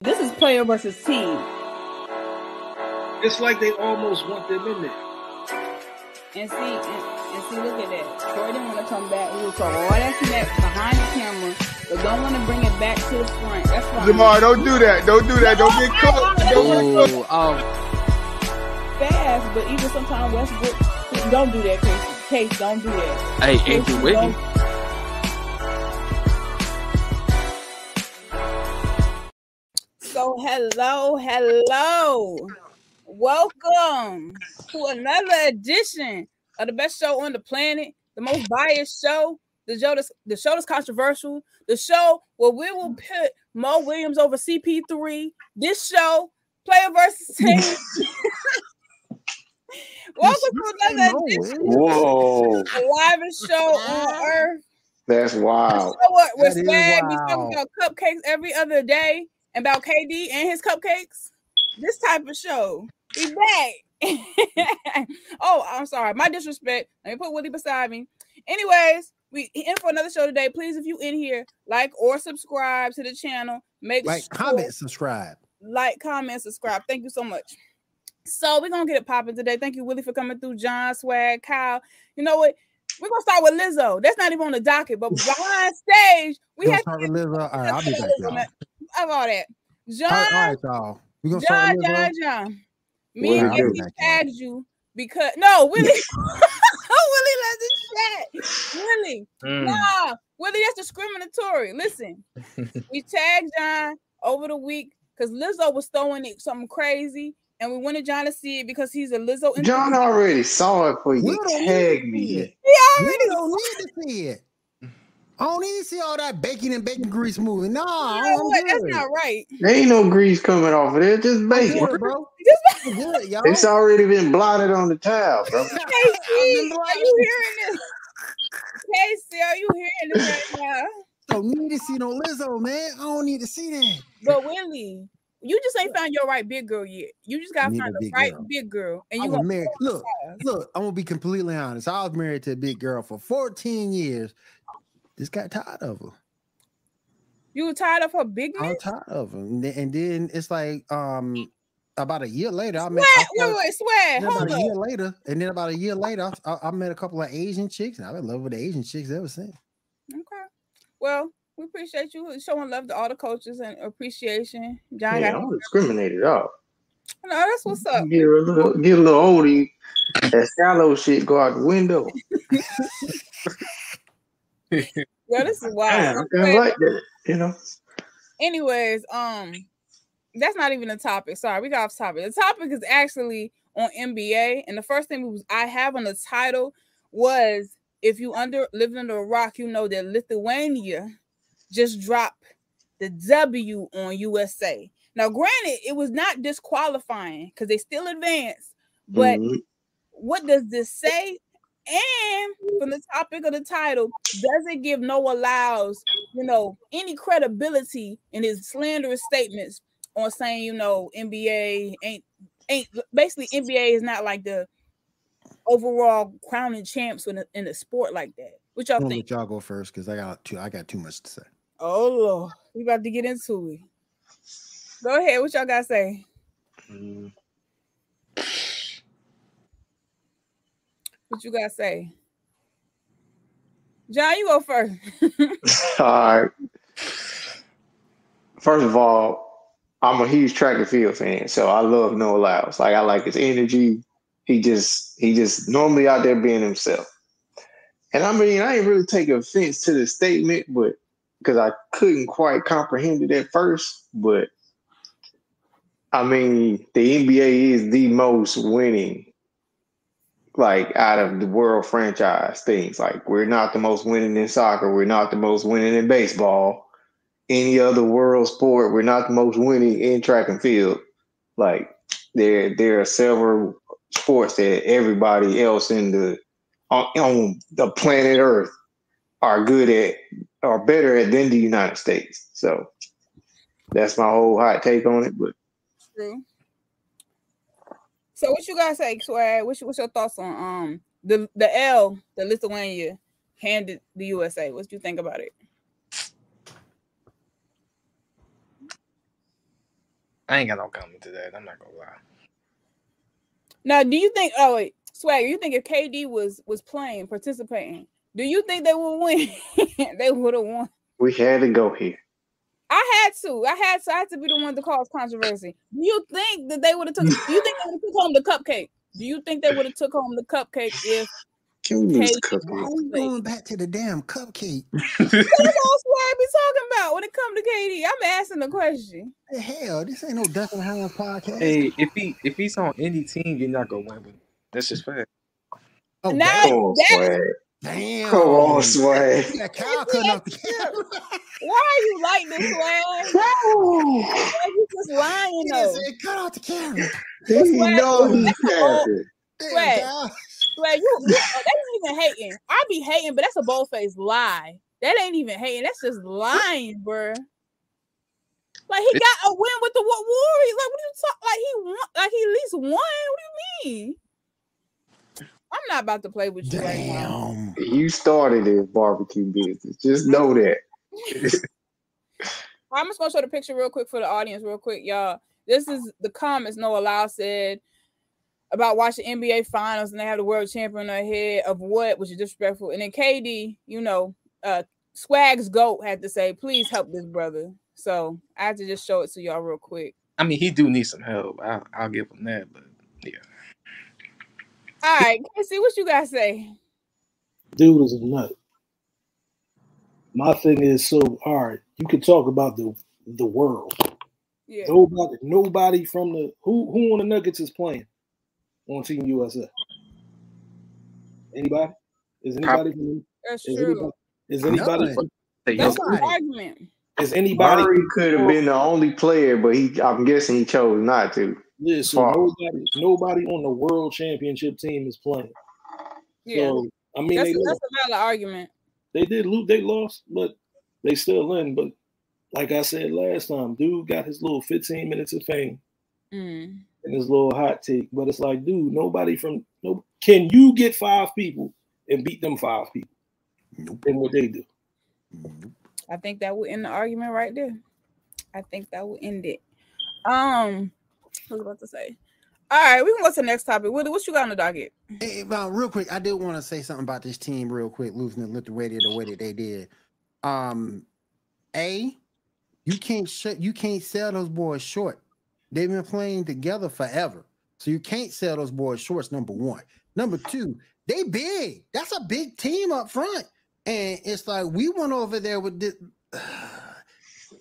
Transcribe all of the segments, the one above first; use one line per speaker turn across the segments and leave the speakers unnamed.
This is player versus team.
It's like they almost want them in there.
And see, and, and see, look at that. Troy didn't want to come back. He was talking all that smack behind the camera, but don't want to bring it back to the front. That's why.
Jamar, don't do that. Don't do that. Don't get caught. Don't get
Ooh, oh,
fast, but even sometimes Westbrook don't do that. Case, case don't do that.
hey,
Case,
Andrew
you
Whitney.
don't- So hello, hello, welcome to another edition of the best show on the planet, the most biased show, the show that's the show that's controversial, the show where we will put Mo Williams over CP3. This show, player versus team. Welcome to another edition
Whoa,
of the live show on Earth.
that's wild.
So what? We're
That is
swag. We
wow.
talk about cupcakes every other day and about KD and his cupcakes. This type of show. We back. oh, I'm sorry. My disrespect. Let me put Willie beside me. Anyways, we in for another show today. Please, if you in here, like or subscribe to the channel. Make
Like,
sure-
comment, subscribe.
like, comment, subscribe. Thank you so much. So we're gonna get it popping today. Thank you, Willie, for coming through. John Swag, Kyle. You know what? We're gonna start with Lizzo. That's not even on the docket, but behind stage, we
Gonna
have
start with Lizzo. All right, I'll be
Let's
back,
start with
y'all.
Lizzo, man. of all that. John,
All right, all right, y'all. We gonna start
John,
with
John,
Lizzo.
John.
What
Me and
did you
Anthony
do?
tagged you because no, Willie. Willie, let's chat. Willie, Nah, Willie, that's discriminatory. Listen, we tagged John over the week because Lizzo was throwing it something crazy, and we wanted John to see it because he's a Lizzo. enthusiast.
John
uh,
already saw it for
We
you.
don't
Tag
need to see
me.
it.
He
We
already
don't need to see it. I don't need to see all that baking and bacon grease moving. No,
you
I'm
know what? That's
good.
not right.
There ain't no grease coming off of there. Just
I'm
bacon.
good, bro. I'm good, y'all.
It's already been blotted on the towel, bro.
KC, are you hearing this? KC, are you hearing this right now?
don't need to see no Lizzo, man. I don't need to see that.
But Willie, you just ain't found your right big girl yet. You just gotta
Need
find
a
the
big
right
girl.
big girl, and
I
you
was
want
married. Look, look, I'm gonna be completely honest. I was married to a big girl for 14 years. Just got tired of her.
you were tired of her bigness.
I'm tired of them. And then it's like um about a year later, I met
Swear,
I
wait,
fell-
wait, swear,
then about
hold
a
up.
year later, and then about a year later, I- I, I met a couple of Asian chicks, and I've been in love with the Asian chicks ever since.
Okay, well, we appreciate you showing love to all the coaches and appreciation. John,
Yeah,
got,
I'm discriminated off.
no, that's what's up.
Get a little, get a little older. you- That shallow shit go out the window.
Yo, this is
Damn,
wild.
I
I'm
kinda
glad-
like that. You know,
anyways, um, that's not even a topic. Sorry, we got off topic. The topic is actually on NBA, and the first thing was I have on the title was if you under living under a rock, you know that Lithuania just dropped the W on USA. Now, granted, it was not disqualifying because they still advanced, but
Mhm.
what does this say? And from the topic of the title, does it give Noah Lyles, you know, any credibility in his slanderous statements on saying, you know, NBA ain't ain't basically NBA is not like the overall crowning champs in a, in a sport like that. What y'all
I'm gonna
think?
let y'all go first because I got too I got too much to say.
Oh Lord, we about to get into it. Go ahead, what y'all gotta say?
Mm-hmm.
What you gotta say? John, you go first.
all right. First of all, I'm a huge track and field fan, so I love Noah Lyles. Like I like his energy. He just he just normally out there being himself. And I mean, I ain't really take offense to the statement, but because I couldn't quite comprehend it at first, but I mean, the NBA is the most winning, like out of the world franchise things. Like we're not the most winning in soccer, we're not the most winning in baseball, any other world sport, we're not the most winning in track and field. Like there, there are several sports that everybody else in the on, on the planet Earth are good at, are better at than the United States. So that's my whole hot take on it, but.
True. So what you guys say, Swag? What's, your- what's your thoughts on um the the L that Lithuania handed the USA? What you think about it?
I ain't got no comment to that. I'm not gonna lie.
Now, do you think? Oh wait, Swagger, you think if KD was was playing, participating, do you think they would win? they would have won.
We had to go here.
I had to. I had to. I had to be the one to cause controversy. Do you think that they would have took? Do you think they would have took home the cupcake? Do you think they would have took home the cupcake if?
Can we lose
Hey,
cooking?
Why are we going back to the damn cupcake?
What else Swag be talking about when it come to KD? I'm asking the question.
The hell, this ain't no Duncan Highland podcast.
Hey, if he if he's on any team, you're not gonna win with him. That's just fact.
oh,
now-
Come on,
That-
swag.
damn.
Come on, swag.
That cow cut off the camera.
Why are you like this, Swag? Why you just lying
He
though?
just said, cut off the camera.
He
Swag.
know he got it.
Damn,
Right.
cow.
Swag, you, you oh, that ain't even hating. I be hating, but that's a bold faced lie. That ain't even hating. That's just lying, bruh. Like he
It-
got a win with the Wa- Warriors. Like what are you talking? Like he won. Like he at least won. What do you mean? I'm not about to play with you right now.
Damn.
You started this barbecue business. Just know that.
I'm just gonna show the picture real quick for the audience, real quick, y'all. This is the comments Noah Lau said about watching NBA finals and they have the world champion on their head of what, which is disrespectful. And then KD, you know, uh Swag's GOAT had to say, please help this brother. So I had to just show it to y'all real quick.
I mean, he do need some help. I, I'll give him that. But
All right, Casey, what you guys say?
Dude is a nut. My thing is so all right. You can talk about the the world.
Yeah.
Nobody, nobody from the who who on the Nuggets is playing on Team USA. Anybody? Is anybody? From,
That's
is anybody?
true.
Is anybody? From,
Hey, yo,
That's the
Nobody.
argument.
is anybody?
Murray could have been the only player, but he I'm guessing he chose not to.
Yeah, so nobody, nobody on the world championship team is playing.
Yeah.
So I mean,
that's,
they,
that's
lost.
a valid argument.
they did lose. They lost, but they still in. But like I said last time, dude got his little 15 minutes of fame
Mm.
and his little hot take. But it's like, dude, nobody from no. Can you get five people and beat them five people?
Nope.
And what they do?
I think that will end the argument right there. I think that will end it. Um, what was I about to say? All right, we can go to the next topic. Willie, what you got on the docket?
Hey, well, real quick, I did want to say something about this team, real quick, losing to Lithuania the way that they did. Um, a, you can't shut, you can't sell those boys short. They've been playing together forever, so you can't sell those boys shorts. Number one. Number two, they big. That's a big team up front, and it's like we went over there with this.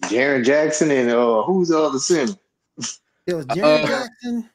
Jaron Jackson and uh who's the other center?
It was Jerry
Uh,
Jackson.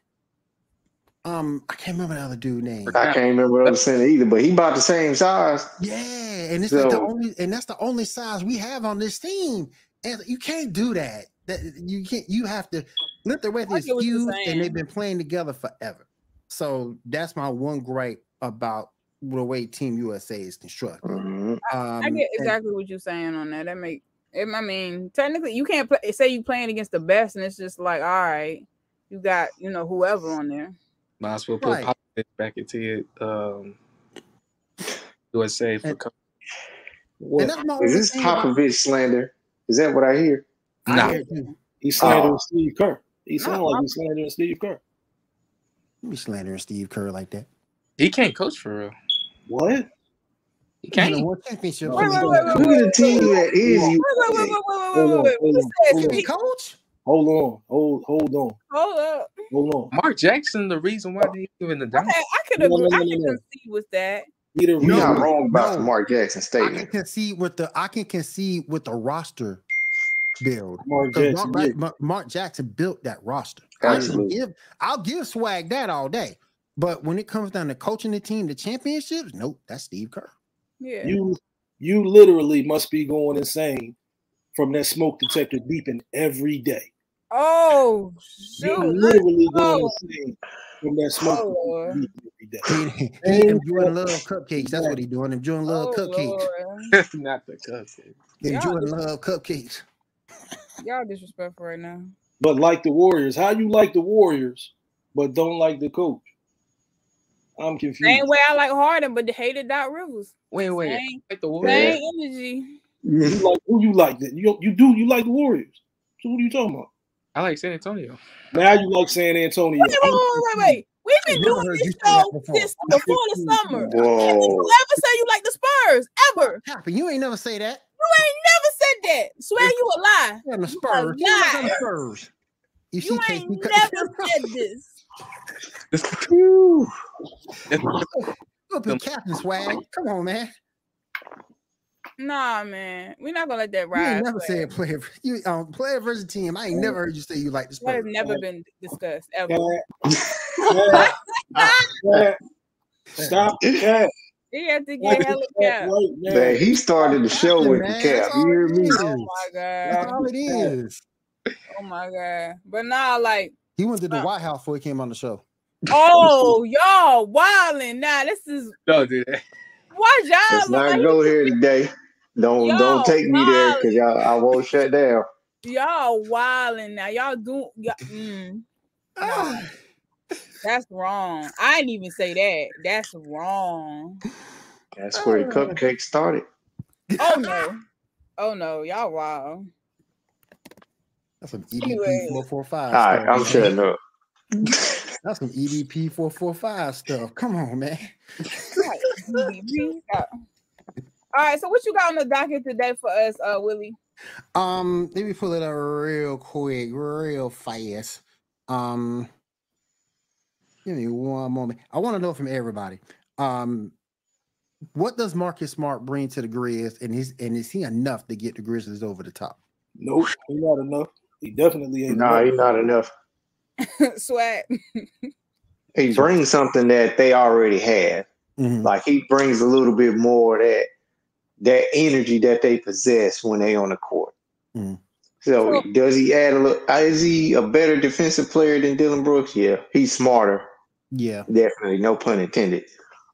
Um, I can't remember the other dude name.
I can't remember the other center either, but he about the same size.
Yeah, and it's like the
So-
only and that's the only size we have on this team. And you can't do that. That you can't you have to let the
I
record is
get what you're
huge
saying.
and they've been playing together forever. So that's my one gripe about the way Team USA is constructed.
Mhm.
Um,
I get
and-
exactly what you're saying on that. That make it, I mean, technically, you can't play, say you playing against the best, and it's just like, all right, you got you know whoever on there.
might as well put
Right.
Popovich back into it. Um, USA for
And-
co-
and
What?
that's my
Is
only
this
thing about-
Popovich slander? Is that what I hear?
I
Nah.
hear you.
He slandering
Oh.
Steve Kerr. He sounded
No,
like
I'm-
he's slandering Steve Kerr.
You be slandering Steve Kerr like that.
he can't coach for real.
What?
He
You know
can't.
what championship?
Wait,
team
wait,
is
wait,
gonna
Look at the team that is
Wait,
you.
wait, wait, wait, wait, wait, wait, wait.
Hold
Who
on, hold
said
on,
be?
Steve-
Coach?
Hold on, hold hold on,
Hold up.
hold on.
Mark Jackson, the reason why they even the
Okay,
down.
I could
No, no,
agree. I
no, no,
could
no.
concede with that.
He the
You're
No,
not
reason.
wrong about
no.
the Mark Jackson
I can
statement.
concede with the I can concede with the roster build.
Mark
Because
Jackson.
Mark,
yeah.
Mark- Mark Jackson built that roster.
Absolutely.
I can give, I'll give swag that all day. But when it comes down to coaching the team to championships, nope, that's Steve Kerr.
Yeah.
You you literally must be going insane from that smoke detector beeping every day.
Oh
You
shoot.
literally
go.
going insane from that smoke
Oh, Lord.
detector beeping every day.
He, he
Same
enjoying love cupcakes. That's what he doing. Enjoying love
Oh,
cupcakes.
Lord.
not the coach.
Yeah.
Enjoying love cupcakes.
Y'all disrespectful right now.
But like the Warriors, how you like the Warriors but don't like the coach? I'm confused.
Same way I like Harden, but hated Doc Rivers.
Wait, wait.
Same,
Like the Warriors.
same energy.
You like who you like? You you do you like the Warriors? So what are you talking about?
I like San Antonio.
Now you like San Antonio.
Wait, wait, wait, wait, wait. We've been
Never
doing
heard
this
you say
show
that before.
since before the summer. Did you
Whoa.
ever say you like the Spurs? Ever?
Happy. You ain't never say that.
You ain't never said that. Swear you a lie.
You're on the
are
Spurs. You're
not.
on the Spurs. You see,
You
Casey,
ain't
you cut-
never said this.
you up in captain swag. Come on, man.
Nah, man, we're not gonna let that
You
ride.
ain't never
but
said player. You um player versus team. I ain't never heard you say you like the
That has
Spurs.
never been discussed ever.
Cat. Cat. Cat. Stop the cat.
You have to
Stop
get hella
the cat
cap.
right now.
Man, he started the show with the
Man,
cap.
that's
You
all
hear
it
me?
is.
Oh my
That's
god.
all it is.
Oh my god. But nah, like,
He went to the White House before he came on the show.
oh y'all wilding. Nah, this is
Don't do that.
why y'all
Let's
look
not
like-
go here today. Don't
Yo,
don't take me there because
Molly.
I, I won't shut down.
y'all wilding now. Y'all do y'all, mm, nah,
Ah.
that's wrong. I didn't even say that. That's wrong.
That's where the cupcake started.
Oh no. Oh no, y'all wild.
That's some
Anyway.
EDP four four
All
five.
right, I'm shutting up.
That's some EDP four four five stuff. Come on, man.
Right. BBB. All right, so what you got on the docket today for us, uh Willie?
Um, let me pull it up real quick, real fast. Um, give me one moment. I want to know from everybody. Um, what does Marcus Smart bring to the Grizz, and is and is he enough to get the Grizzlies over the top?
Nope, he not enough. He definitely ain't
No,
enough.
he's not enough.
Swag.
He brings something that they already had. Like he brings a little bit more of that that energy that they possess when they on the court.
Mhm.
So
So-
does he add a little? Is he a better defensive player than Dylan Brooks? Yeah, he's smarter.
Yeah,
Definitely, no pun intended.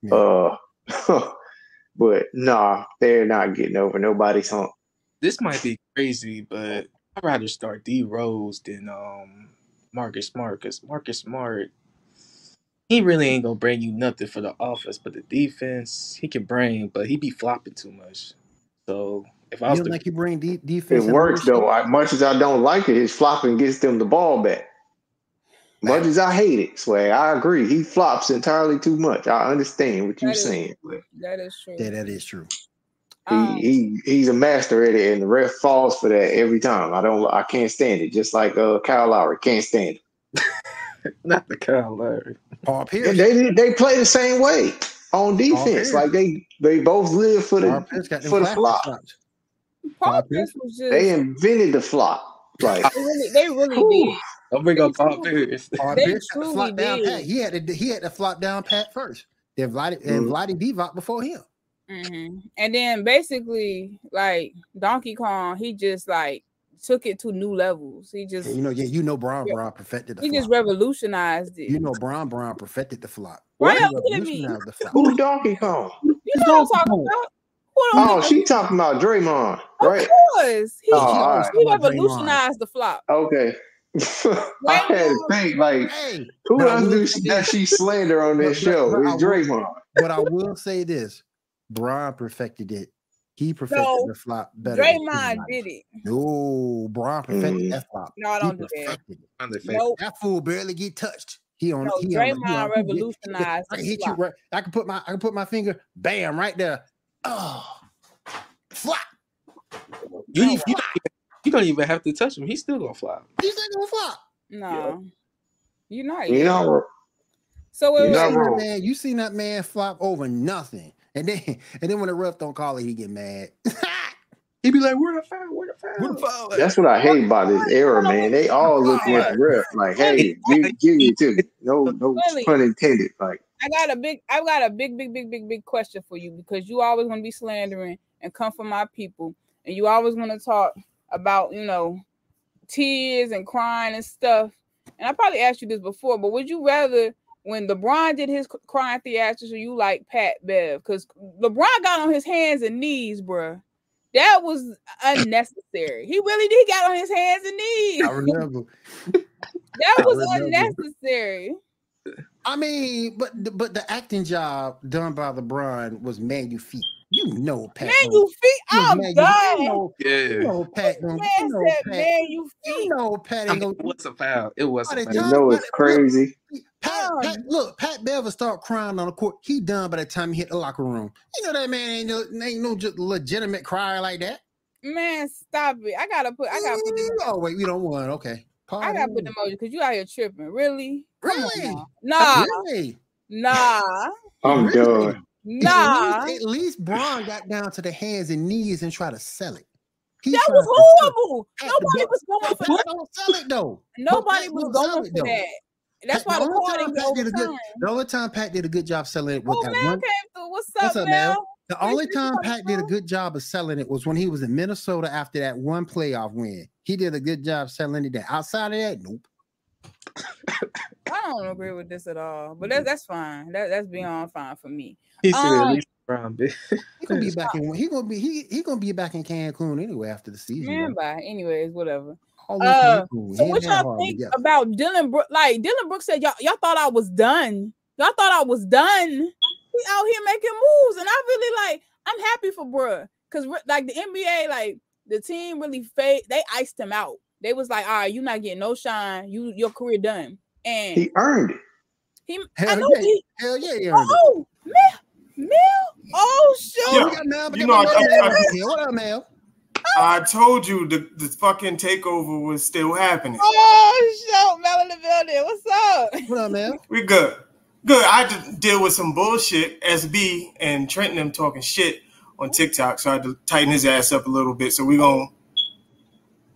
Yeah.
Uh, but nah, they're not getting over nobody's hump.
This might be crazy, but I'd rather start D Rose than um Marcus Smart because Marcus Smart he really ain't gonna bring you nothing for the offense, but the defense he can bring, but he be flopping too much. So if I
you
was
don't
the
like you bring de-
It
defense. and
works
ownership?
though. As much as I don't like it, his flopping gets them the ball back. Much as I hate it, Swag, I agree. He flops entirely too much. I understand what you're
That is-
saying. but
That is true.
Yeah, that is true.
Um,
he, he he's a E master at it, and the ref falls for that every time. I don't. I can't stand it. Just like uh, Kyle Lowry, can't stand it.
not the Kyle Lowry.
Paul Pierce.
And they they play the same way on defense.
Pierce.
Like they they both live for
Paul
the
Pierce got them
for the
classic
flop.
shots.
Paul
Paul
Pierce was just
They
they
invented the flop. Like
really they really
whew.
did.
Don't bring up Paul Pierce.
Paul
They
Pierce got the
truly
flop down
did.
pat. He had to he had to flop down pat first. Then Vladi and
Mhm.
Vladi Divac before him.
Mhm. And then basically like Donkey Kong, he just like took it to new levels. He just
Yeah, you know, yeah, you know, Braun
Yeah.
Braun perfected the
he just
flop.
revolutionized it.
You know, Braun Braun perfected the flop.
Why
He
y'all looking at me?
revolutionized the flop.
who Donkey Kong?
You know what I'm talking about? Who don't
Oh,
think-
she talking about Draymond,
Of
right?
course, he,
Oh, all right.
he
Talking about Draymond.
revolutionized the flop.
Okay. I had to think like
Hey,
who
But I
else
will
do
say
she,
this.
does she slander on this
But- but-
show?
but I
It's
will-
Draymond.
but I will say this: Braun perfected it. He perfected
No,
the flop better. than
Draymond
anybody.
did it.
No, Braun perfected
Mm.
that flop.
No, I
He
don't do that.
perfected it.
I'm the favorite.
Nope.
That fool barely get touched. He on.
No,
he on,
Draymond
he on- he get- he get-
revolutionized the
I can hit you
flop.
right. I can put my I can put my finger. Bam! Right there. Oh, flop.
You, you, don't even, you don't even have to touch him. He's still gonna fly.
He's not gonna flop.
No, you're not.
You know,
so
you
wait,
You
wait,
know- not
seen that
wrong.
man? You seen that man flop over nothing, and then and then when the ref don't call it, he get mad.
He'd be like, "Where the foul? Where the foul?
What the fuck?
that's what I hate about this era, man. They all looking at the ref like, hey, give, give it to me. No, no pun intended. Like,
I got a big, I've got a big, big, big, big, big question for you because you always want to be slandering and come for my people, and you always want to talk about you know tears and crying and stuff. And I probably asked you this before, but would you rather when LeBron did his crying theatrics, or you like Pat Bev? Because LeBron got on his hands and knees, bruh. That was unnecessary. He really did got on his hands and knees.
I remember.
That
I
was
remember.
unnecessary.
I mean, but the, but the acting job done by LeBron was man, you feet. You know, Pat.
Man,
don't-
you feet. I'm
man, you- You
done.
know, you
Yeah.
know Pat. don't- You
Man
know
said,
Pat.
man, you
You
feet.
know Pat
I
ain't
mean,
gonna.
it was a foul. It was
By
a
the
You
foul.
time-
know it's crazy.
Pat,
Done.
Pat, look, Pat Bev will start crying on the court. He done by the time he hit the locker room. You know that man ain't no, ain't no just legitimate crier like that.
Man, stop it. I gotta put I gotta put the,
Oh wait, you don't want okay.
I gotta put the
Pardon.
emoji because you out here tripping. Really? Come on
Really?
now. Nah,
really?
nah,
I'm
Really?
done.
nah.
At least, at least Braun got down to the hands and knees and tried to sell it. He
That
tried
was
to sell it.
horrible.
At the
Nobody
door.
was going for
Pat don't sell it though.
nobody
Pat
was
don't sell
going
it,
for
though.
that. That's why
Pat- the
the
only
card
time
didn't
Pat
get
did a good-
overturned.
The only time Pat did a good job selling it was
Oh,
that
Mel came
one.
through. What's up,
What's up, Mel?
Mel?
The only
Appreciate you
time
coming
Pat did a
through.
good job of selling it was when he was in Minnesota after that one playoff win. He did a good job selling it. Then outside of that, nope.
I don't agree with this at all, but that's that's fine. That that's beyond fine for me.
He said at
Um,
least Brown bitch.
He gonna be back in. He gonna be he he gonna be back in Cancun anyway after the season.
Man, bye. Anyways, whatever.
All in
Uh,
Cancun.
so
He
what
and
y'all
Harden
think
together.
about Dylan Brooks? Like Dylan Brooks said, y'all y'all thought I was done. Y'all thought I was done. He out here making moves, and I really like. I'm happy for bruh, cause re- like the NBA, like the team really fade. They iced him out. They was like, all right, you not getting no shine. You your career done. And
He earned it.
he, I
Hell
know
yeah.
he.
Hell yeah, he earned it.
Oh, Mel, Mel. Oh shoot.
Oh,
Yeah.
we got Mel. but
You
that was
know, I-
Mel
I-
right here. What up, Mel?
I told you the, the fucking takeover was still happening.
Oh shoot, Mel in the building. What's up?
What up, Mel?
We good. Good. I had to deal with some bullshit. SB and Trenton them talking shit on TikTok, so I had to tighten his ass up a little bit. So we going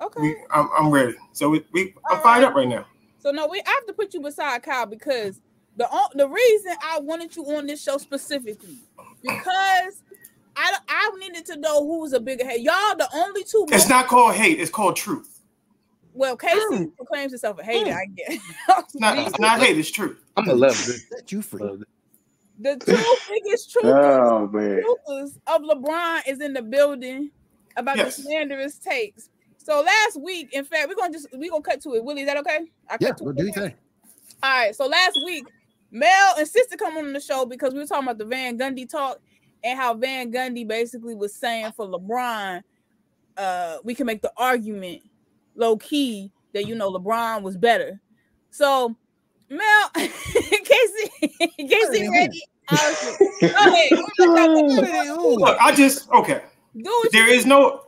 Okay.
we I'm, I'm ready. So we, we I'm
All
fired
right.
up right now.
So no, we I have to put you beside Kyle because the on- the reason I wanted you on this show specifically because I I needed to know who was a bigger head. Y'all the only two.
It's
Most,
not called hate. It's called truth.
well, Casey proclaims himself a hater. I guess
Mm. It's not it's not hate. It's truth.
I'm gonna love this.
Set you free.
Love this.
the two biggest truthers,
Oh man.
truthers of LeBron is in the building about the
Yes.
slanderous takes. So last week, in fact, we're gonna just we're gonna cut to it. Willie, is that okay? I
Yeah,
cut to
well,
it.
do you think?
All right. So last week, Mel insisted to come on the show because we were talking about the Van Gundy talk and how Van Gundy basically was saying for LeBron, uh, we can make the argument low key that you know LeBron was better. So Mel, Casey, Casey, ready? Honestly, Go ahead. Go
Put it
ahead.
in who?
Look, I just okay.
Do what you
There is no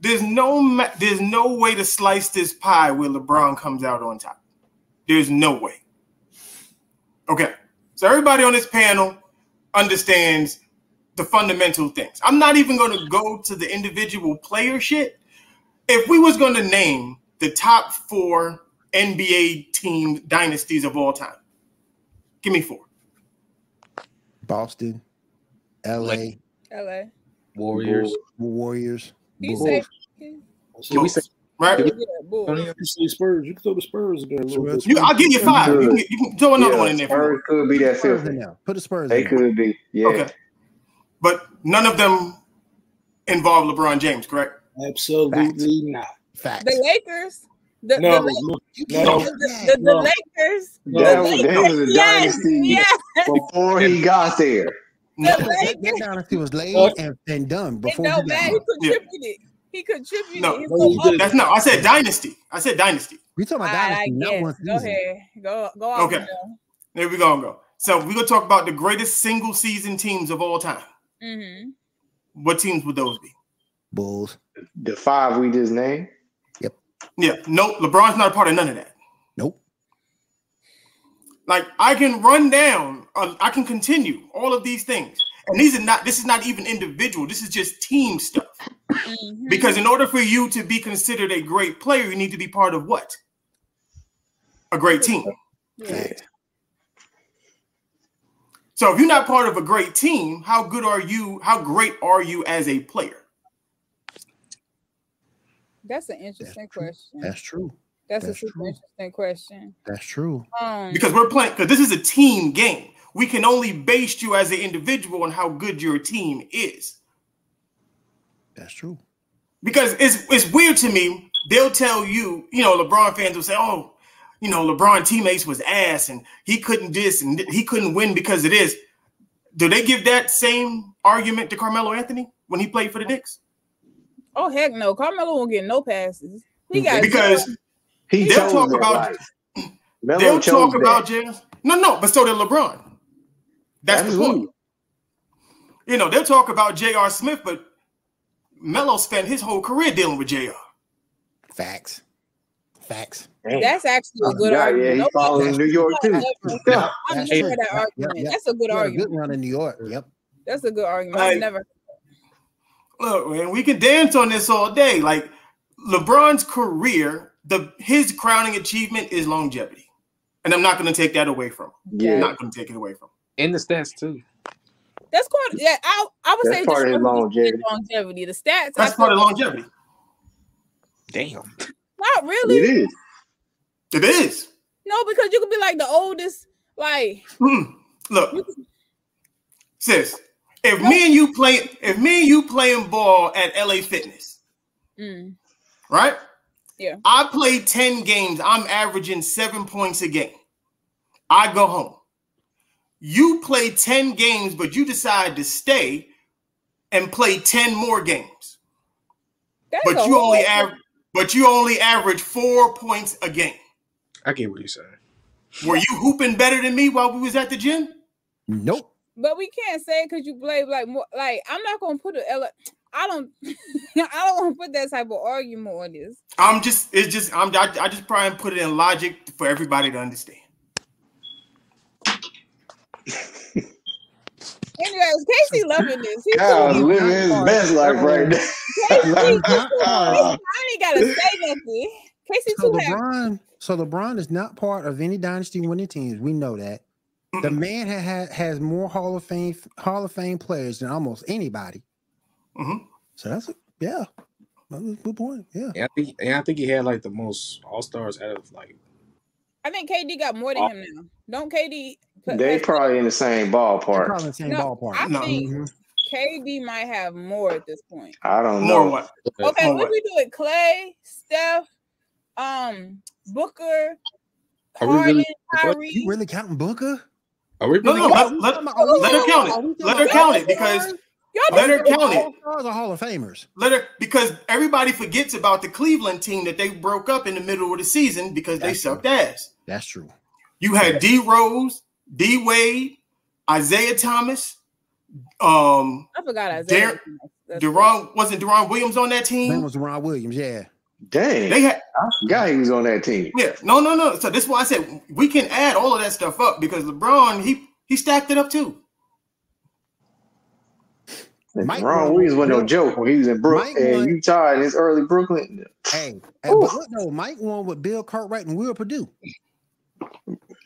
there's no ma- there's no way to slice this pie where LeBron comes out on top. There's no way. Okay. So everybody on this panel understands the fundamental things. I'm not even going to go to the individual player shit. If we was going to name the top 4 NBA team dynasties of all time, give me 4.
Boston, LA,
LA.
Warriors.
Warriors,
Can you
Bulls.
say
Bulls.
Can we
Bulls,
say
right?
Bulls?
Can
Yeah, Bulls.
Antonio?
You say Spurs. You can throw the Spurs in there a little
Spurs.
bit.
You, I'll give you
You
five. You
could.
can, you can throw another one
Yeah,
in there if you want.
Spurs could be
Put the
that
Spurs
filthy.
in there. Put the Spurs
They
in there.
could be. Yeah.
Okay. But none of them involve LeBron James, correct?
Facts.
Absolutely not.
The
Facts.
Lakers. The, the,
No,
Lakers.
look,
You
No.
can't do
the,
that.
the, the
No.
Lakers.
no.
That was
The
that was
Lakers.
a
Yes,
dynasty
yes.
before he got there.
No.
The
That was that, that
Lakers.
dynasty was laid
What?
and, and done
It
before he
don't
got
matter.
here.
He
Yeah.
contributed. He contributed.
No.
His
No,
little
he didn't.
offense.
That's not. I said dynasty. I said dynasty.
We
All
talking about
right, I
dynasty, not
guess.
one
Go
season.
ahead. Go go off.
Okay. There we go. Go. So we're gonna talk about the greatest single season teams of all time.
Mm-hmm.
What teams would those be?
Bulls.
The five we just named.
Yeah. Nope. LeBron's not a part of none of that.
Nope.
Like I can run down. uh, I can continue all of these things. And these are not. This is not even individual. This is just team stuff.
Mm-hmm.
Because in order for you to be considered a great player, you need to be part of what? A great team.
Yeah.
Yeah.
Facts.
So if you're not part of a great team, how good are you? How great are you as a player?
That's an
That's
interesting
true.
question.
That's true.
That's a
That's
super
true.
interesting question.
That's true.
Um,
because we're playing because this is a team game. We can only base you as an individual on how good your team is.
That's true.
Because it's it's weird to me. They'll tell you, you know, LeBron fans will say, "Oh, you know, LeBron teammates was ass and he couldn't this and he couldn't win because of this." do they give that same argument to Carmelo Anthony when he played for the Knicks?
Oh heck no, Carmelo won't get no passes. He got
Because
He
They'll
chose
talk
that
about-
life. Melo
they'll
chose
talk
that.
about James. No, no, but so did LeBron. That's the
Absolutely.
point. You know, they'll talk about J.R. Smith, but Melo spent his whole career dealing with J.R.
Facts. Facts.
that's actually a good
yeah,
argument.
yeah, he
Nobody-
followed New York too.
I've
Yeah.
That's
never
true.
heard that
Yep, yep,
argument.
yep.
That's a good
He had a
argument.
Good run in New York. Yep.
That's a good argument.
Like-
I've never
Look, man, we can dance on this all day. Like LeBron's career, the his crowning achievement is longevity, and I'm not going to take that away from. Him.
Yeah.
Not going to take it away from.
in the stats too.
That's going. Yeah, I I would
That's
say
part of
just
his longevity.
longevity. The stats.
Him. That's
I
part of
feel-
longevity.
Damn.
Not really.
It is.
It is.
No, because you could be like the oldest. Like
Hmm. Look, sis, if me and you play, if me and you playing ball at LA Fitness,
mm,
right?
Yeah.
I play ten games. I'm averaging seven points a game. I go home. You play 10 games, but you decide to stay and play 10 more games.
that's
But
a
you only
whole-
average but you only average four points a game.
I get what you're saying.
Were you hooping better than me while we was at the gym?
Nope.
But we can't say because you play like more. Like I'm not gonna put a. ele- I don't. I don't want to put that type of argument on this.
I'm just it's just I'm I, I just try and put it in logic for everybody to understand.
Anyways, Casey loving this. He's
God,
so
living his best life right now.
Casey,
Uh,
I ain't gotta say nothing. Casey
So
too happy.
LeBron, so LeBron is not part of any dynasty winning teams. We know that. The man ha- ha- has more Hall of Fame Hall of Fame players than almost anybody.
Mhm.
So that's a, yeah, that's a good point. Yeah,
And I think and I think he had like the most all stars out of like
I think KD got more
Uh,
than him now. Don't KD? put-
they
like,
probably in the same
They're
ballpark.
probably in the same
No,
ballpark.
I
No.
think KD might have more at this point.
I don't know.
More what?
Uh,
But-
Okay,
More
what
what?
we do it? Clay, Steph, um, Booker,
Are we
Harden,
really-
Kyrie.
You really counting Booker?
Are we
No,
really
no,
gonna-
let, let, let her count it. Let her count it because
Y'all
let her
just-
count it.
All the Hall of Famers.
Let her because everybody forgets about the Cleveland team that they broke up in the middle of the season because they
That's
sucked ass.
That's true.
You had D Rose, D Wade, Isaiah Thomas, um,
I forgot Isaiah.
Dar-
That's-
Deron wasn't Deron Williams on that
Mm.
That
team.
was Ron Williams. Yeah,
Dang,
They had
I forgot he was on that team.
yeah, no, no, no. So this is why I said we can add all of that stuff up because LeBron he he stacked it up too.
Mike
Ron
won-
Williams wasn't no joke when he was in Brook
Mike
and
won-
Utah in his early Brooklyn.
Hey, hey, but look though, Mike won with Bill Cartwright and Will Purdue.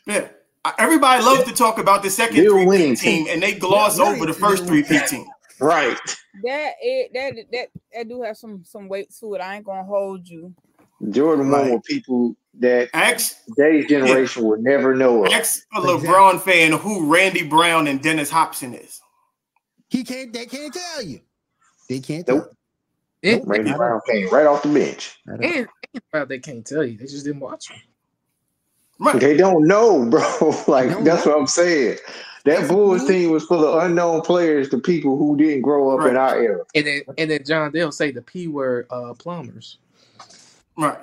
Yeah. I- Everybody loves to talk about the second
Bill
three
winning
P team, and they gloss
Bill
over the
winning
first three
team.
P team.
Right.
That it that that that do have some some weight to it. I ain't gonna hold you.
Jordan
Right.
won with people that
Ask
today's generation would never know of.
Ask a LeBron fan who Randy Brown and Dennis Hobson is.
He can't. They can't tell you. They can't.
Nope.
It-
Randy Brown came right off the bench.
Tell you.
and, and bro, they can't tell you. They just didn't watch you.
Right.
They don't know, bro. like
They don't
that's
know.
what I'm saying. That
That's the
Bulls
point.
team was full of unknown players to people who didn't grow up in
Right.
our era.
And then and then John Dale say the P word uh plumbers.
Right.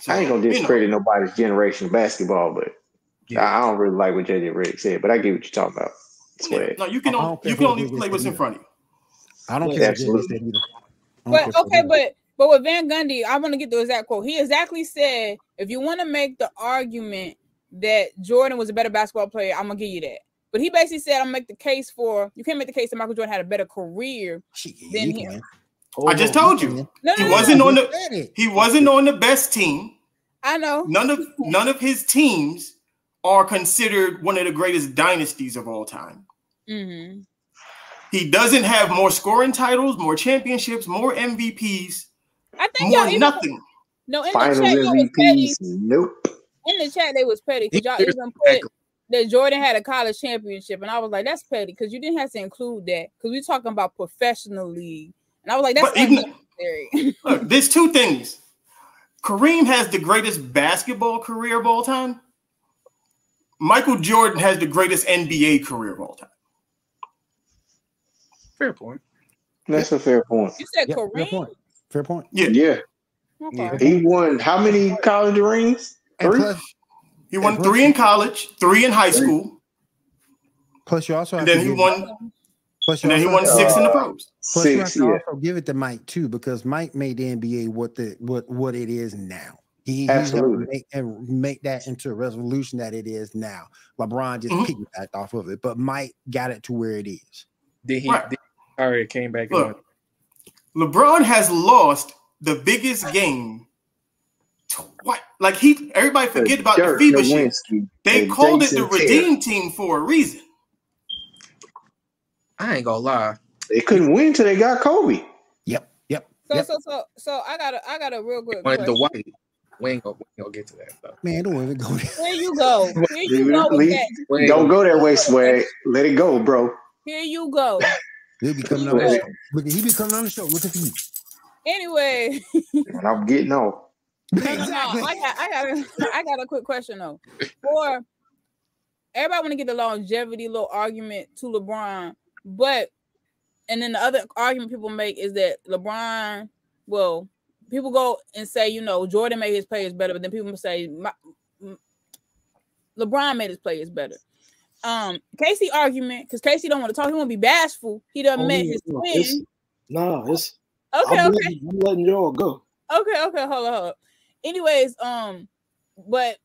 So,
I ain't gonna
you know,
discredit nobody's generation of basketball, but I I don't really like what JJ Reddick said, but I get what you're talking about. That's what
yeah,
it-
No, you can
I don't
only,
care
you
if
can
he
only
did this
play what's
either.
in front of you.
I don't care what Jay
Absolutely.
said either. I
But
don't care what
okay,
Jay said.
but but with Van Gundy, I want to get the exact quote. He exactly said, if you want to make the argument that Jordan was a better basketball player, I'm gonna give you that. But he basically said, I'm gonna make the case for you can't make the case that Michael Jordan had a better career
Shit,
Then
you
he-
can.
I just told you.
can.
No,
He
no, no,
wasn't
no.
on
You
the
said it.
he wasn't on the best team.
I know.
None of none of his teams are considered one of the greatest dynasties of all time.
hmm
He doesn't have more scoring titles, more championships, more MVPs,
I think y'all
more
even
nothing.
no in the chat
Finals
y'all was petty.
MVPs. Nope.
In the chat they was petty because y'all
Here's-
even put that Jordan had a college championship, and I was like, that's petty because you didn't have to include that because we're talking about professional league, and I was like, that's
But even-
unnecessary.
Look, there's two things. Kareem has the greatest basketball career of all time. Michael Jordan has the greatest NBA career of all time.
Fair point.
That's a fair point.
You said
Yep, fair
Kareem.
point. Fair point.
Yeah,
Yeah.
Okay.
Yeah.
He won how many college rings?
And
Three?
plus,
he won three in college, three in high school,
plus you also have
and then
to
he
give-
won,
Plus you
and then he
also
won
have to-
six in the pros.
Plus, you have
Six.
to
Yeah.
also give it to Mike too, because Mike made the NBA what the what what it is now. He he helped
Absolutely.
make and make that into a resolution that it is now. LeBron just
Mhm.
piggybacked off of it, but Mike got it to where it is.
Did he?
Right.
Did, sorry, it came back. and won.
Look, LeBron has lost the biggest game twice. Like he, everybody forget about the
Dirk
FIBA shit.
Nowitzki
They
and
called it
Jason
the
Kidd.
Redeem Team for a reason.
I ain't gonna lie.
They couldn't win till they got Kobe.
Yep, yep,
So
yep.
so so so I got a I got a real
They
good
wanted
question.
the white. We ain't gonna, we ain't gonna get to that though.
Man, don't even go there.
Here you go. Here you
Leave it-
go with
leave-
that.
We ain't
Don't
gonna-
go that way, Swag. Let it go, bro.
Here you go.
He'll be coming on the show. Look, he be coming on the show looking for you.
Anyway,
And I'm getting off.
no, no, no. I got I got a, I got a quick question though. For everybody want to get the longevity little argument to LeBron, but and then the other argument people make is that LeBron, well, people go and say you know Jordan made his players better, but then people say my, m- LeBron made his players better. Um, Casey argument because Casey don't want to talk. He want to be bashful. He done
Oh,
met
yeah,
his
yeah,
twin.
it's- Nah, it's
Okay,
I'm,
okay.
Letting, I'm letting y'all go.
Okay, okay, hold on, hold on. Anyways, um, but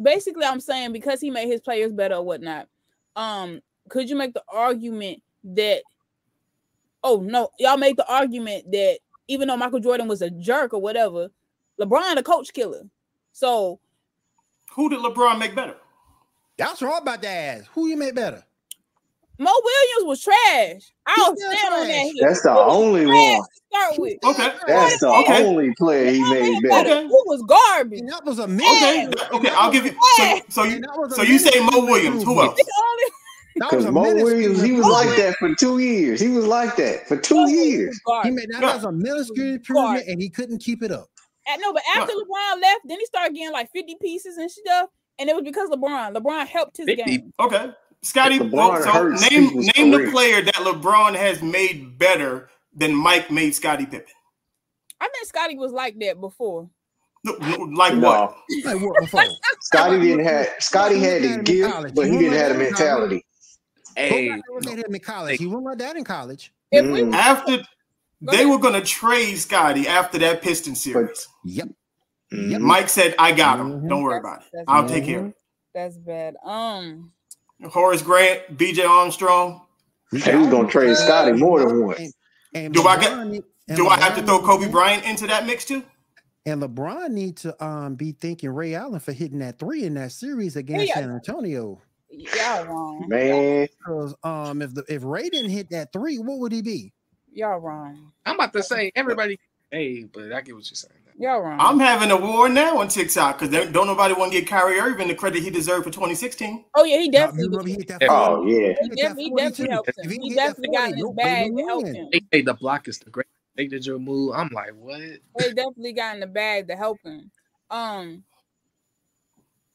basically, I'm saying because he made his players better or whatnot, um, could you make the argument that, oh no, y'all make the argument that even though Michael Jordan was a jerk or whatever, LeBron a coach killer. So
Who did LeBron make better?
That's all about that ass. Who you made better?
Mo Williams was trash. I'll
still
stand on that
trash.
here.
That's the
He was
only
trash
one.
to start with.
Okay,
That's the
Okay.
only player he made better.
He was garbage.
And that was a man.
okay, okay. I'll give you. So, so you,
And that was a
so you say Mo
minuscule
Williams? Who
improvement.
else?
The only
That was
Because
a
Mo
minuscule
Williams, he was
improvement.
like that for two years. He was like that for
Mo
two
Williams
years.
was garbage.
He made that was a minuscule improvement, and he couldn't keep it up.
Uh, no, but after LeBron left, then he started getting like 50 pieces and stuff. And it was because LeBron. LeBron helped his
50.
game.
Okay, Scotty.
LeBron
well, so
hurts
name
people's
name the
careers.
player that LeBron has made better than Mike made Scotty Pippen.
I think Scotty was like that before.
No, no, Like
No,
what?
Like what before?
Scotty didn't have Scotty had the gift, but he didn't have the mentality.
Go
Hey,
back and look at him in college. He wasn't like that in college.
If we
Mm.
After
Go
they
ahead.
were gonna trade Scotty after that Piston series,
Yep. Mm-hmm.
Mhm.
Mike said, "I got him.
Mhm.
Don't worry
That's-
about it.
that's
I'll
bad.
take care of
That's bad. Um,
it." Horace Grant, B.J. Armstrong.
They was gonna trade Scotty more than once.
And
Do I get-
LeBron need- and
Do I have to
LeBron
throw
need-
Kobe Bryant into that mix too?
And LeBron need to um be thanking Ray Allen for hitting that three in that series against
Yeah.
San Antonio.
y'all wrong.
Man,
Because um, if the if Ray didn't hit that three, what would he be?
Y'all wrong.
I'm about to say everybody. Hey, but I get what you're saying.
Y'all wrong.
I'm having a war now on TikTok because don't nobody want to get Kyrie Irving the credit he deserved for 2016.
oh yeah, he
Now,
definitely.
remember
was-
he hit that.
Yeah.
40.
oh yeah,
he, def- he definitely helped him.
If
He
hit that
definitely got in
40,
his
nobody
bag to
would
help
win.
him.
They say the block is the great signature move. I'm like, what?
They definitely got in the bag to help him. Um.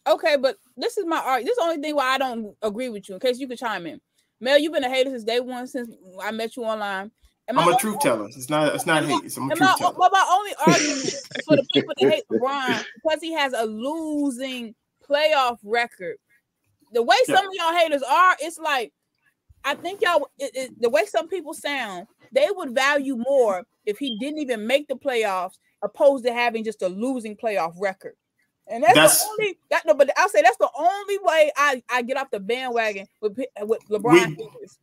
Okay, but this is my art. This is the only thing why I don't agree with you. In case you could chime in, Mel, you've been a hater since day one since I met you online. And my,
I'm a
only-
truth teller. It's not. It's not hate. It's, I'm a
and my,
truth teller.
but my only argument for the people that hate LeBron because he has a losing playoff record. The way
Yeah.
some of y'all haters are, it's like I think y'all. It, it- the way some people sound, they would value more if he didn't even make the playoffs, opposed to having just a losing playoff record. And that's,
That's-
the only that no, but I'll say that's the only way I, I get off the bandwagon with pe- with LeBron. haters.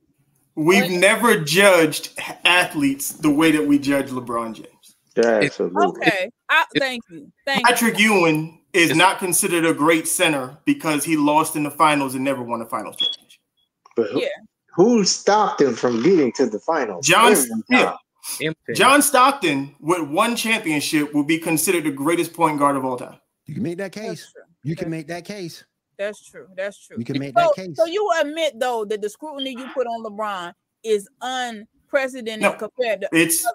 We've
What?
never judged athletes the way that we judge LeBron James.
absolutely.
okay, I thank you, thank you.
Patrick Ewing is
Yes.
not considered a great center because he lost in the finals and never won a finals championship.
But who,
Yeah.
who stopped him from getting to the finals?
John
Every time.
Smith.
Empty.
John Stockton, with one championship, will be considered the greatest point guard of all time.
You can make that
That's
case.
true.
You can make that case.
That's true. That's true.
You can make
So,
that case.
so you admit though that the scrutiny you put on LeBron is unprecedented
No.
compared to.
It's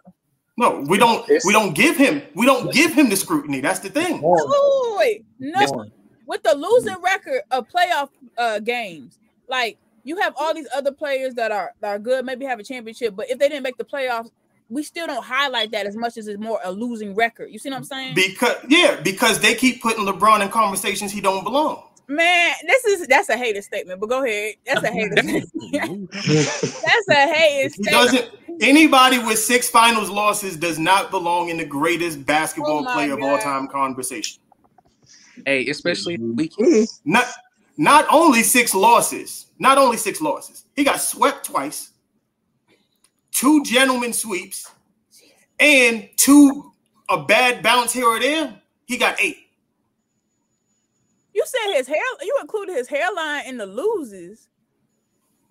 no, we don't.
It's-
We don't give him. We don't give him the scrutiny. That's the thing.
Oh, Wait, wait, wait, wait. no, with the losing record of playoff uh, games, like you have all these other players that are that are good, maybe have a championship, but if they didn't make the playoffs, we still don't highlight that as much as it's more a losing record. You see what I'm saying?
Because yeah, because they keep putting LeBron in conversations he don't belong.
Man, this is that's a hater statement. But go ahead, that's a hater. statement. that's a hater
He
statement.
doesn't. Anybody with six finals losses does not belong in the greatest
Oh
basketball
my
player of
God.
all time conversation.
Hey, especially we
Not not only six losses, not only six losses. He got swept twice, two gentleman sweeps, and two a bad bounce here or there. He got eight.
You said his hair. You included his hairline in the loses.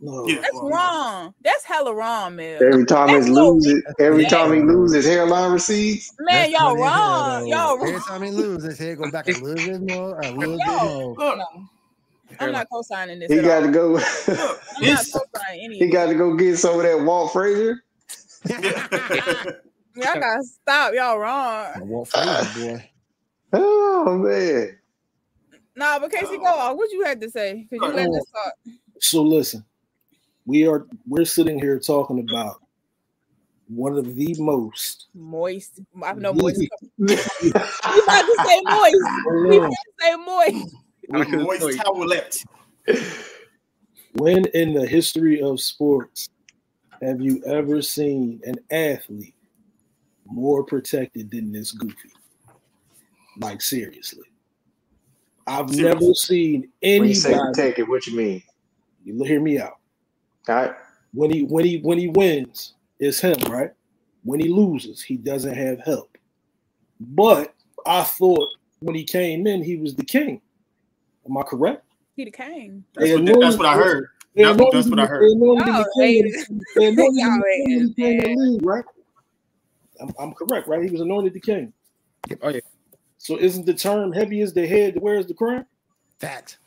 No,
Yeah.
That's wrong. That's hella wrong, man.
Every time he
That's no
loses, every
Yeah.
time he loses, hairline recedes.
Man,
That's
y'all
funny as hell,
wrong.
though.
Y'all
Every
wrong.
time he loses, his head go back a little bit more, a little bit more.
Look,
No, I'm not co-signing this.
He
At
got
all.
to go.
look,
I'm not
it's-
co-signing any.
he
of
got to go get some of that Walt Frazier.
this. Y'all gotta stop. Y'all wrong.
Walt Frazier, boy.
Oh man,
Nah, but Casey, go on. What you had to say? Because you let this talk.
So listen, we are we're sitting here talking about one of the most
Moist. I know moist.
Yeah.
You about to say moist. You about to say moist.
a moist towelette.
when in the history of sports have you ever seen an athlete more protected than this goofy? Like seriously. I've
Seriously.
never seen
when you say
anybody
take it, what you mean?
you hear me out.
All right,
When he when he when he wins, it's him, right? When he loses, he doesn't have help. But I thought when he came in, he was the king. Am I correct?
He the king.
That's
They
what,
anointed-
that's what I heard.
they
That's-
anointed
that's what I
him-
heard.
they anointed him
Y'all
the king of the- they anointed him
Y'all
the king of the king of the
haters,
league, right? I'm, I'm correct, right? He was anointed the king.
Oh yeah.
So isn't the term heavy is the head that wears the crown?
Fact.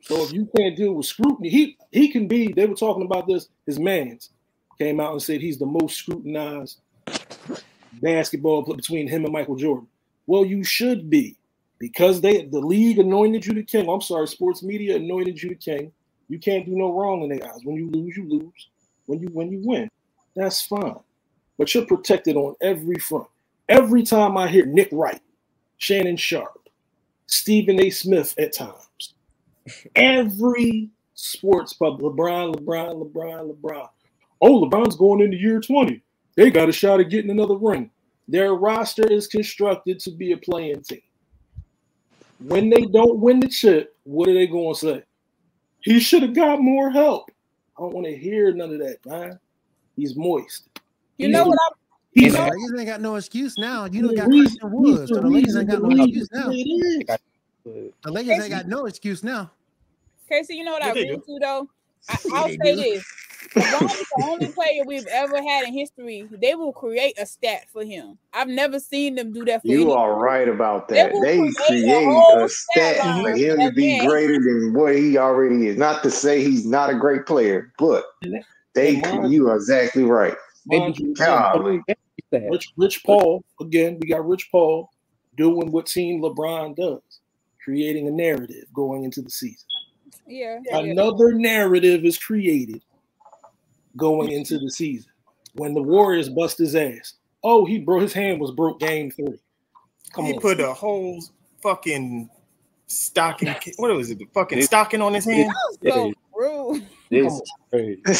So if you can't deal with scrutiny, he he can be. They were talking about this. His man's came out and said he's the most scrutinized basketball player between him and Michael Jordan. Well, you should be because they the league anointed you the king. I'm sorry, sports media anointed you the king. You can't do no wrong in their eyes. When you lose, you lose. When you win, you win. That's fine. But you're protected on every front. Every time I hear Nick Wright, Shannon Sharp, Stephen A. Smith at times, every sports pub, LeBron, LeBron, LeBron, LeBron. Oh, LeBron's going into year 20. They got a shot at getting another ring. Their roster is constructed to be a playing team. When they don't win the chip, what are they going to say? He should have got more help. I don't want to hear none of that, man. He's moist.
You know what? I,
You
He's
know, Lakers ain't got no excuse now. You don't
the
got
reason-
Christian
he's
Woods,
the
so the Lakers
reason
ain't got
the
no
league
excuse
is
now.
what it is.
The Lakers ain't got no excuse now.
Casey, you know what I
Yeah, they
agree
do.
with you though. I,
Yeah,
I'll
they
say
do.
this: LeBron is the only player we've ever had in history. They will create a stat for him. I've never seen them do that for
you
any-
are right about
They
that.
will
They
create a
create
whole
a stat
stat
for
line
him to be
again.
greater than what he already is. Not to say he's not a great player, but they.
And mine-
You are exactly right.
Mind you, again,
Golly.
Rich, Rich Paul, again, we got Rich Paul doing what Team LeBron does, creating a narrative going into the season.
Yeah, yeah.
Another narrative is created going into the season. When the Warriors bust his ass, oh, he broke his hand was broke game three. Come
he
on,
put a whole fucking stocking. What was it? The fucking stocking on his hand.
That was so rude.
come on,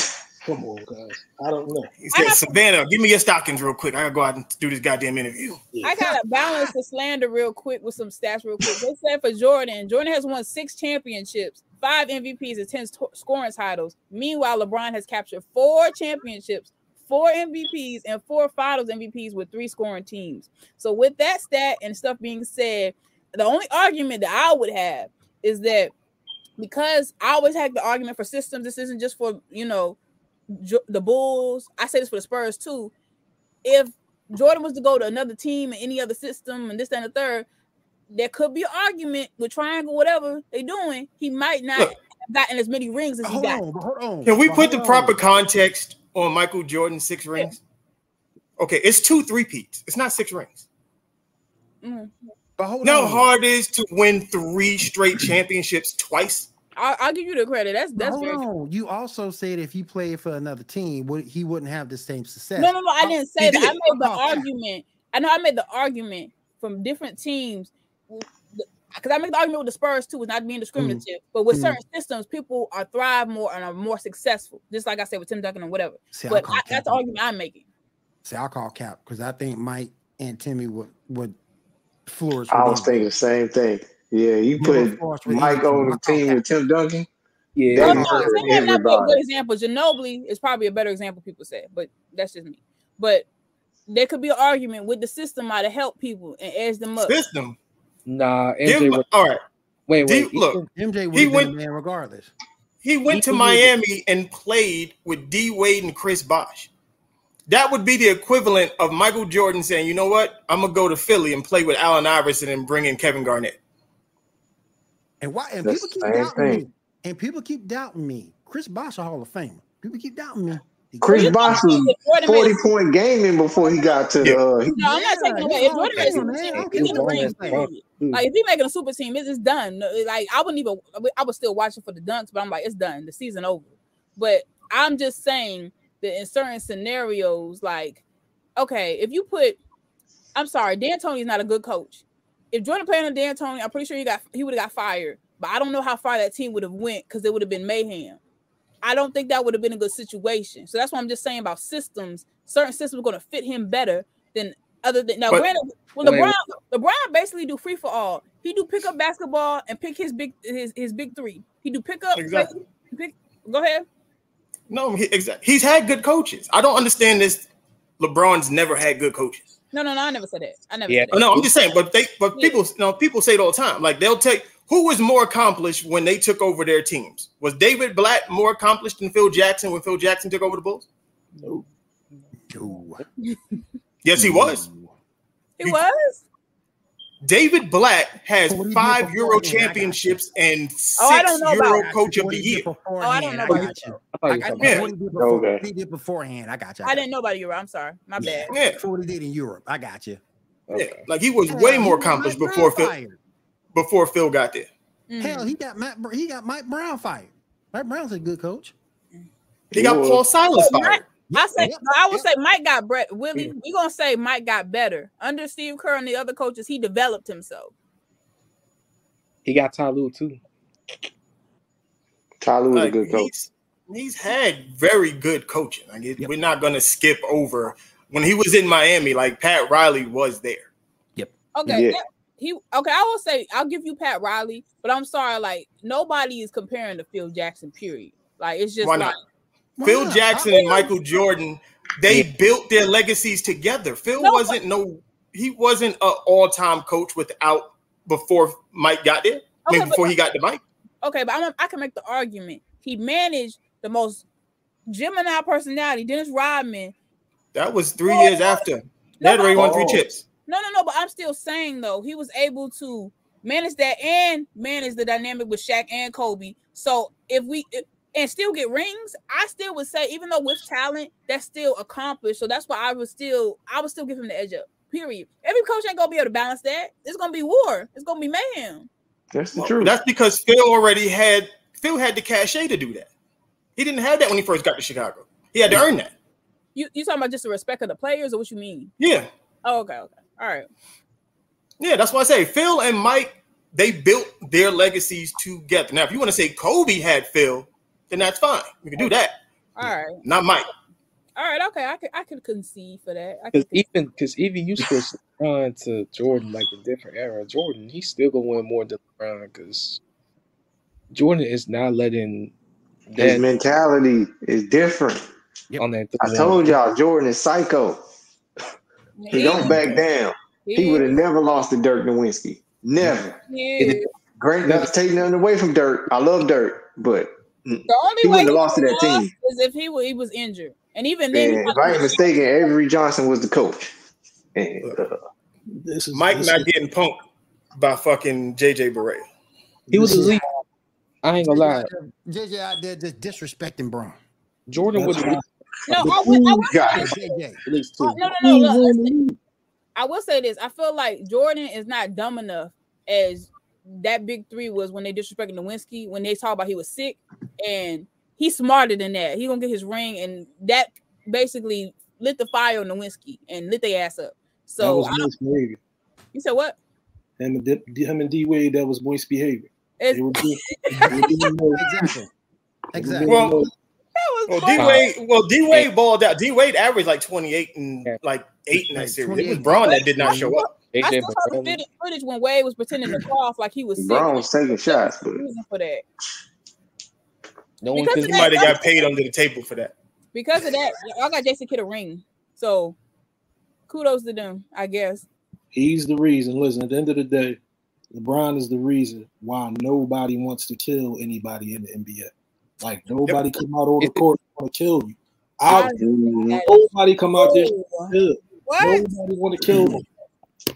come on, guys. I don't know.
He
I
said,
have-
"Savannah, give me your stockings real quick. I gotta go out and do this goddamn interview."
I gotta balance the slander real quick with some stats real quick. They said for Jordan, Jordan has won six championships, five MVPs, and ten sto- scoring titles. Meanwhile, LeBron has captured four championships, four MVPs, and four Finals MVPs with three scoring teams. So, with that stat and stuff being said, the only argument that I would have is that because I always had the argument for systems. This isn't just for you know J- the Bulls. I say this for the Spurs too. If Jordan was to go to another team and any other system and this that, and the third, there could be an argument with triangle whatever they doing. He might not
Look.
have gotten as many rings as he
Hold
got.
on, but hold on.
Can we
but
put the
hold
proper
on.
context on Michael Jordan's six rings? Okay, it's two three peats. It's not six rings.
Mhm.
But hold
You know how
on.
hard it is to win three straight championships twice?
I'll, I'll give you the credit. That's that's
hold
very. No,
on. You also said if he played for another team, would he wouldn't have the same success.
no, no. I didn't say
He
that. I
did.
made the
Oh, yeah.
argument. I know I made the argument from different teams. Because I make the argument with the Spurs too, is not being discriminative. But with
Mm.
certain systems, people are thrive more and are more successful. Just like I said with Tim Duncan and whatever.
See, I
but
call
I, that's
cap.
the argument I'm making.
See, I call cap because I think Mike and Timmy would would flourish.
I
with
was
him.
thinking the same thing. Yeah, you
They would
put
flourish with
Mike
either team.
on the
I call
team
cap.
with Tim Duncan.
Yeah,
They
Well,
gonna
no,
hurt
Tim might not be a
everybody.
good example. Ginobili is probably a better example, people say, but that's just me. But there could be an argument with the system might have helped people and edged them up.
System.
nah.
Give
MJ
him-
was
all right.
wait
do
wait.
you- look,
even-
MJ would
He
have been a
went-
man regardless.
He went to
He-
Miami and played with D Wade and Chris Bosh. That would be the equivalent of Michael Jordan saying, "You know what? I'm gonna go to Philly and play with Allen Iverson and bring in Kevin Garnett."
And why? And
That's
people keep
the same
doubting
thing.
me. And people keep doubting me. Chris Bosh a Hall of Famer. People keep doubting me.
Well,
Chris
you're
Bosh
talking
was
about if Jordan made
forty
it-
point gaming before he got to
Yeah.
the. Uh,
No,
he-
I'm not
Yeah,
taking away. If
he's Hall of
Jordan made a
Famer,
super
man. I
team, he
don't care
He's
get a
what
long
ring.
as
niggas
fuck.
say.
Period.
too.
Like if he making a super team, it's, it's done. No, it- Like I wouldn't even. I was still watching for the dunks, but I'm like, it's done. The season over. But I'm just saying that in certain scenarios, like, okay, if you put, I'm sorry, Dan Tony's not a good coach. If Jordan played on Dan Tony, I'm pretty sure he got he would have got fired. But I don't know how far that team would have went because it would have been mayhem. I don't think that would have been a good situation. So that's what I'm just saying about systems. Certain systems are going to fit him better than other than now.
But-
granted, when
Wait,
LeBron LeBron basically do free for all. He do pick up basketball and pick his big his, his big three. He do pick up.
Exactly.
Pick, go ahead.
No, he, exactly. He's had good coaches. I don't understand this. LeBron's never had good coaches.
No, no, no. I never said that. I never
Yeah.
said
Oh,
that.
no, I'm just saying. But they, but
Yeah.
people, you know, people say it all the time. Like they'll take who was more accomplished when they took over their teams. Was David Blatt more accomplished than Phil Jackson when Phil Jackson took over the Bulls?
Nope.
No.
Yes,
Hmm.
he was.
He was.
David Blatt has
What he did
five
beforehand, I
Euro
got you.
championships and six
Oh, I don't know about
Euro
that.
Coach of
What
the
he did
Year.
beforehand,
Oh, I don't know
I
about
got
that.
you.
I thought you
I
were
got you.
talking about
What he did
Yeah.
before,
Okay.
what he did beforehand, I got you.
I didn't know about you. I'm sorry. My bad.
Yeah.
Yeah,
For what he did in Europe, I got you.
yeah.
okay.
Like he was
Hell,
way
he
more
got
accomplished
Mike
before
Brown
Phil
fired.
before Phil got there.
Mm.
Hell, he got Matt. Br- He got Mike Brown fired. Mike Brown's a good coach.
He got
was.
Paul Silas
Well,
fired.
I say
Yep.
no, I would
Yep.
say Mike got Brett Willie. We're gonna say Mike got better. Under Steve Kerr and the other coaches, he developed himself.
He got Tyloo too.
Tyloo was a
Like
good coach.
he's he's had very good coaching. Like it,
Yep.
we're not gonna skip over when he was in Miami. Like Pat Riley was there.
Okay,
Yeah.
that- he okay. I will say I'll give you Pat Riley, but I'm sorry, like nobody is comparing to Phil Jackson. Period. Like it's just
Why
like
not?
Why
Phil
not?
Jackson
I-
and Michael Jordan, they built their legacies together. Phil
No, but-
wasn't no he wasn't an all-time coach without before Mike got there. I
Okay,
mean
but-
before he got to Mike.
okay, but I'm, I can make the argument he managed the most Gemini personality, Dennis Rodman.
That was three
No,
years
no.
after. They had
No,
already won three
Oh.
chips.
No, no, no. But I'm still saying though, he was able to manage that and manage the dynamic with Shaq and Kobe. So if we if- and still get rings, I still would say even though with talent, that's still accomplished. So that's why I would still I would still give him the edge up. Period. Every coach ain't gonna be able to balance that. It's gonna be war. It's gonna be mayhem.
That's the
Well,
truth.
That's because Phil already had Phil had the cachet to do that. He didn't have that when he first got to Chicago. He had to earn that.
You you talking about just the respect of the players or what you mean?
Yeah.
Oh, okay, okay. All right.
Yeah, that's why I say Phil and Mike, they built their legacies together. Now, if you want to say Kobe had Phil, then that's fine. We can do that.
All right.
Not Mike.
All right, okay. I could I could concede for that. I could
Because
concede.
even because even you switch LeBron to Jordan, like a different era. Jordan, he's still gonna win more than LeBron because Jordan is not letting
His
that
mentality is different.
on that.
I told y'all, Jordan is psycho. He don't back down. He would have never lost to Dirk Nowitzki. Never.
Yeah.
Great, not to take nothing away from Dirk. I love Dirk, but mm,
The only
He
way
wouldn't have lost to
would've
that team.
lost is if he, wa- he was injured, and even then, he
and if
probably
I ain't
would've-
mistaken, Avery Johnson was the coach. And uh,
This is
Mike
this
not
is-
getting punked by fucking JJ Barea.
He was
this is-
elite. I ain't gonna
JJ
lie.
out there- JJ out there just disrespecting Braun.
Jordan was
that's
no. I
elite
the
why
would. I
cool
would
guy.
say,
JJ.
at least
oh,
too.
no, no, no. look, listen. I will say this. I feel like Jordan is not dumb enough as that big three was when they disrespected Nowinski when they talk about he was sick, and he's smarter than that. He gonna get his ring, and that basically lit the fire on Nowinski and lit their ass up.
that
So
was
I,
Boyce behavior.
you said what?
Him and, D- him and D Wade, that was Boyce behavior.
It's,
They were doing, they were doing those-
Exactly.
they were
Exactly.
doing
Well,
those-
that
Well,
was
D
bull-
Wade, well, D Wade balled out. D Wade averaged like 28 and
Yeah.
like eight in that
Like
series. It was
28.
Braun that did not show up.
They
I
did,
still
but
saw the
really,
footage- footage when Wade was pretending to cough like he was sick.
Braun was taking shots, but
reason for that.
no one
Because
could.
of
He
that-
might have got paid under the table for that.
Because of that, I got Jason Kidd a ring. So kudos to them, I guess.
He's the reason. Listen, at the end of the day, LeBron is the reason why nobody wants to kill anybody in the NBA. Like nobody come out on the court want to kill you. I,
Mhm.
nobody come out there to
Ooh,
kill.
What?
Nobody want to kill me.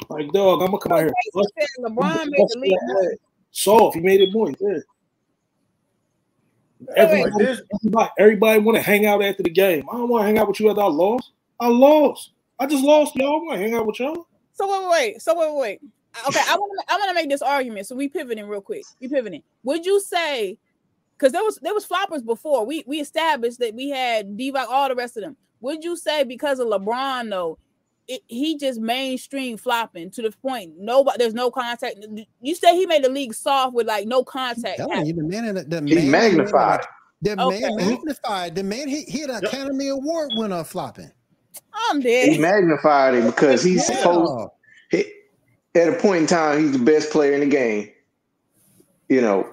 Like dog, I'm gonna come out here.
Jason said LeBron made the league. work.
Soft, he made it boy. Yeah. Every-
Like this,
Everybody, everybody want to hang out after the game. I don't want to hang out with you after I lost. I lost. I just lost, y'all. I want to hang out with y'all.
So wait, wait, wait. So wait, wait. wait. Okay, I want to. I want to make this argument. So we pivoting real quick. We pivoting. Would you say? Because there was there was floppers before. We we established that we had Divock, all the rest of them. Would you say because of LeBron though, it, he just mainstream flopping to the point nobody there's no contact. You say he made the league soft with like no contact.
Telling you, the man, the, the
He
man-
magnified.
The
Okay.
man magnified. The man he hit an Academy Award winner flopping.
I'm
He
dead.
magnified it because he's
Yeah.
supposed he, at a point in time he's the best player in the game. You know,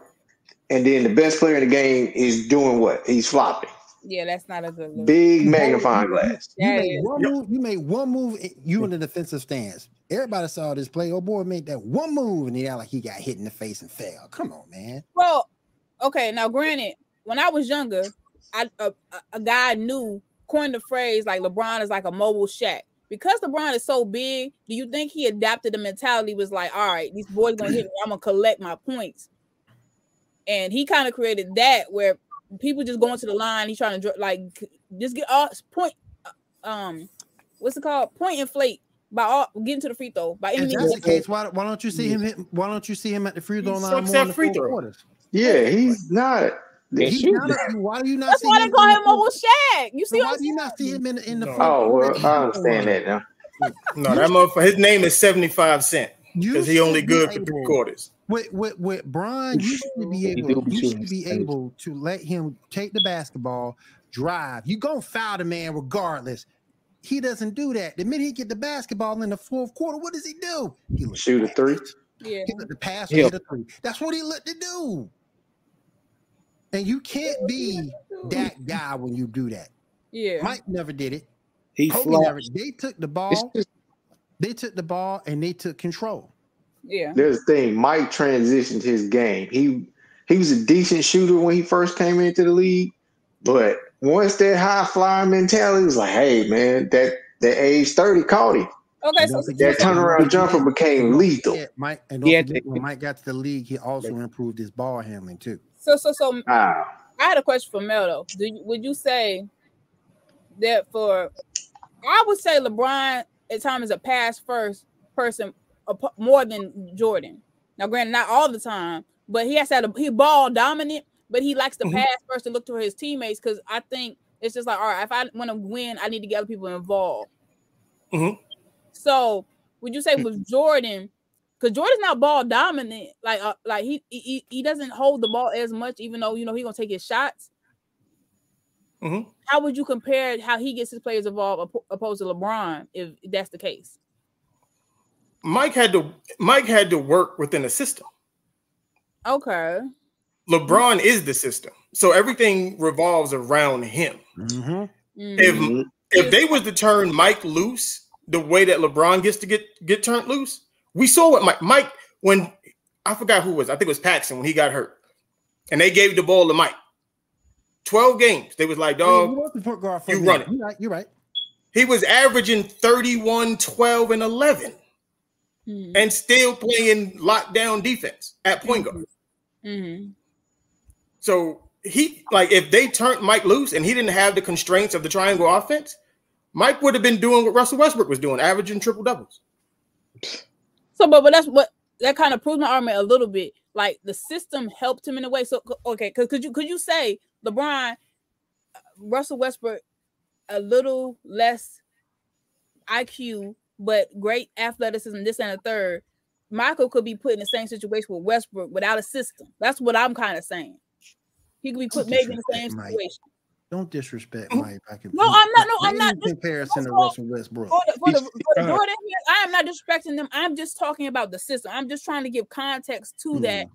and then the best player in the game is doing what? He's flopping.
Yeah, that's not a good look.
Big magnifying glass.
You
That
made
is-
one move. You made one move. eh, You in the defensive stance. Everybody saw this play. Oh boy, made that one move, and he act like he got hit in the face and fell. Come on, man.
Well, okay. Now, granted, when I was younger, I a, a- a guy I knew coined the phrase like LeBron is like a mobile Shaq. Because LeBron is so big, do you think he adapted the mentality? Was like, all right, these boys gonna hit me. I'm gonna collect my points. And he kind of created that where people just going to the line. He's trying to dr- like just get all point. Um, what's it called? Point inflate by all getting to the free throw by any
If
means.
that's the case, why, why don't you see him hit? Why don't you see him at the free throw
He
line
sucks
more
at
in the
free
fourth
throw.
quarters?
Yeah, he's not.
They
He's
shoot.
not a- why do you not
That's
see
why
him?
they call
in
him
the
Mobile
fourth-
Shaq. You see,
so
what
why
I'm
do you not see him in the in the?
No.
free
Oh
throw at
well,
the
I
free throw line?
understand that now.
no, that motherfucker. His name is 75 Cent
You
because he only
should be
good for
able-
three quarters.
With with with Brian, you should be
He
able
do
you
too,
should be
Mr. Page.
able to let him take the basketball, drive. You gonna foul the man regardless. He doesn't do that. The minute he get the basketball in the fourth quarter, what does he do? He look
Shoot a
back.
three.
saying?
He look the pass or
Yeah.
hit a three. That's what he look to do. And you can't be
Yeah.
that guy when you do that.
Yeah.
Mike never did it.
He
Kobe
flopped.
never. They took the
It's
ball.
just
They took the ball and they took control.
Yeah.
There's the thing. Mike transitioned his game. He he was a decent shooter when he first came into the league, but once that high flyer mentality was like, hey man, that that age thirty caught him.
Okay.
And
So
don't
so-
That
forget- and don't
turnaround
forget-
jumper
and
became
don't
lethal.
forget, Mike, and don't
he had
forget when
to-
Mike got to the league, he also improved his ball handling too.
so so so
Ah,
I had a question for Mel though. Do you, would you say that for I would say LeBron at times is a pass first person apo- more than Jordan. Now, granted, not all the time, but he has had a he ball dominant, but he likes to
Mm-hmm.
Mhm.
pass first and look to his teammates because I think it's just like all right, if I want to win, I need to get other people involved.
Mm-hmm.
Mhm.
So, would you say with Jordan? Because Jordan's not ball dominant, like uh, like he, he- he he doesn't hold the ball as much, even though you know he gonna take his shots.
Mhm.
How would you compare how he gets his players involved oppo- opposed to LeBron if that's the case?
Mike had to Mike had to work within a system.
Okay.
LeBron is the system. So everything revolves around him.
Mhm.
Mm.
If
mhm.
if they was to turn Mike loose the way that LeBron gets to get get turned loose, we saw what Mike Mike when I forgot who it was I think it was Paxson when he got hurt, and they gave the ball to Mike. Twelve games they was
I
like
mean,
dog.
he was the point guard for a
you
minute.
run it.
You're right. You're right.
He was averaging 31, 12, and 11
Mhm.
and still playing lockdown defense at point guard.
Mhm.
So he like if they turned Mike loose and he didn't have the constraints of the triangle offense, Mike would have been doing what Russell Westbrook was doing, averaging triple doubles.
So, but but that's what that kind of proves my argument a little bit. Like the system helped him in a way. So c- okay, because could you could you say LeBron, uh, Russell Westbrook, a little less IQ but great athleticism, this and a third. Michael could be put in the same situation with Westbrook without a system. That's what I'm kind of saying. He could be put maybe in the same
Mike.
situation.
Don't disrespect
Mm-hmm.
Mike. I can,
No, I'm not- no, I'm
Any
not Oh, dis-
Comparison to
First of all,
Russell Westbrook.
For the, for the, for the
Right.
Jordan here, I am not disrespecting them. I'm just talking about the system. I'm just trying to give context to that.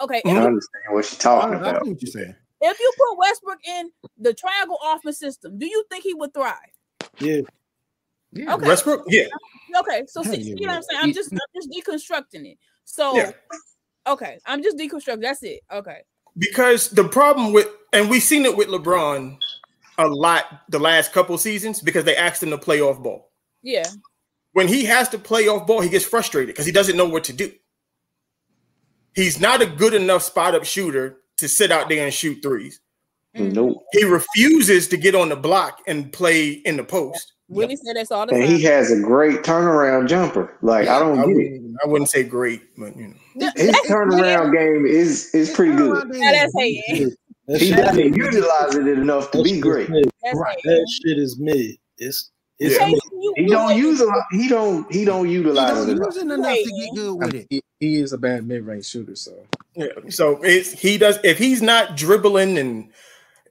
Okay,
I
if you,
understand what she's
Oh,
I,
talking
Oh, I see
about.
what you're saying.
if you put Westbrook in the triangle offense system, do you think he would thrive?
Yeah,
Yeah.
Okay,
Westbrook? Yeah.
okay. So
Hell
see,
yeah,
you know what
bro.
I'm saying? I'm just I'm just deconstructing it. So
Yeah.
okay, I'm just deconstructing. That's it. Okay.
Because the problem with and we've seen it with LeBron a lot the last couple seasons because they asked him to play off ball.
Yeah.
When he has to play off ball, he gets frustrated because he doesn't know what to do. He's not a good enough spot up shooter to sit out there and shoot threes.
Mm.
Nope.
He refuses to get on the block and play in the post.
Willie said that's all the
And
time.
he has a great turnaround jumper. Like I don't
I
get it.
wouldn't, I wouldn't say great, but you know.
Th-
His
that's weird.
turnaround game is is pretty good.
Now that's hating.
that
He
shit is
doesn't
mid.
utilize it enough to
That
be
shit
great.
is mid.
That's
Right.
hating.
That shit is mid. It's it's
Yeah.
Casey,
mid.
you,
He
you
don't
hating.
use a lot. He don't. He don't
He
utilize
don't
it
use
enough.
it enough to
Right.
get good
I
with
mean,
it.
he, he is a bad mid-range shooter, so
Yeah. So it's he does if he's not dribbling and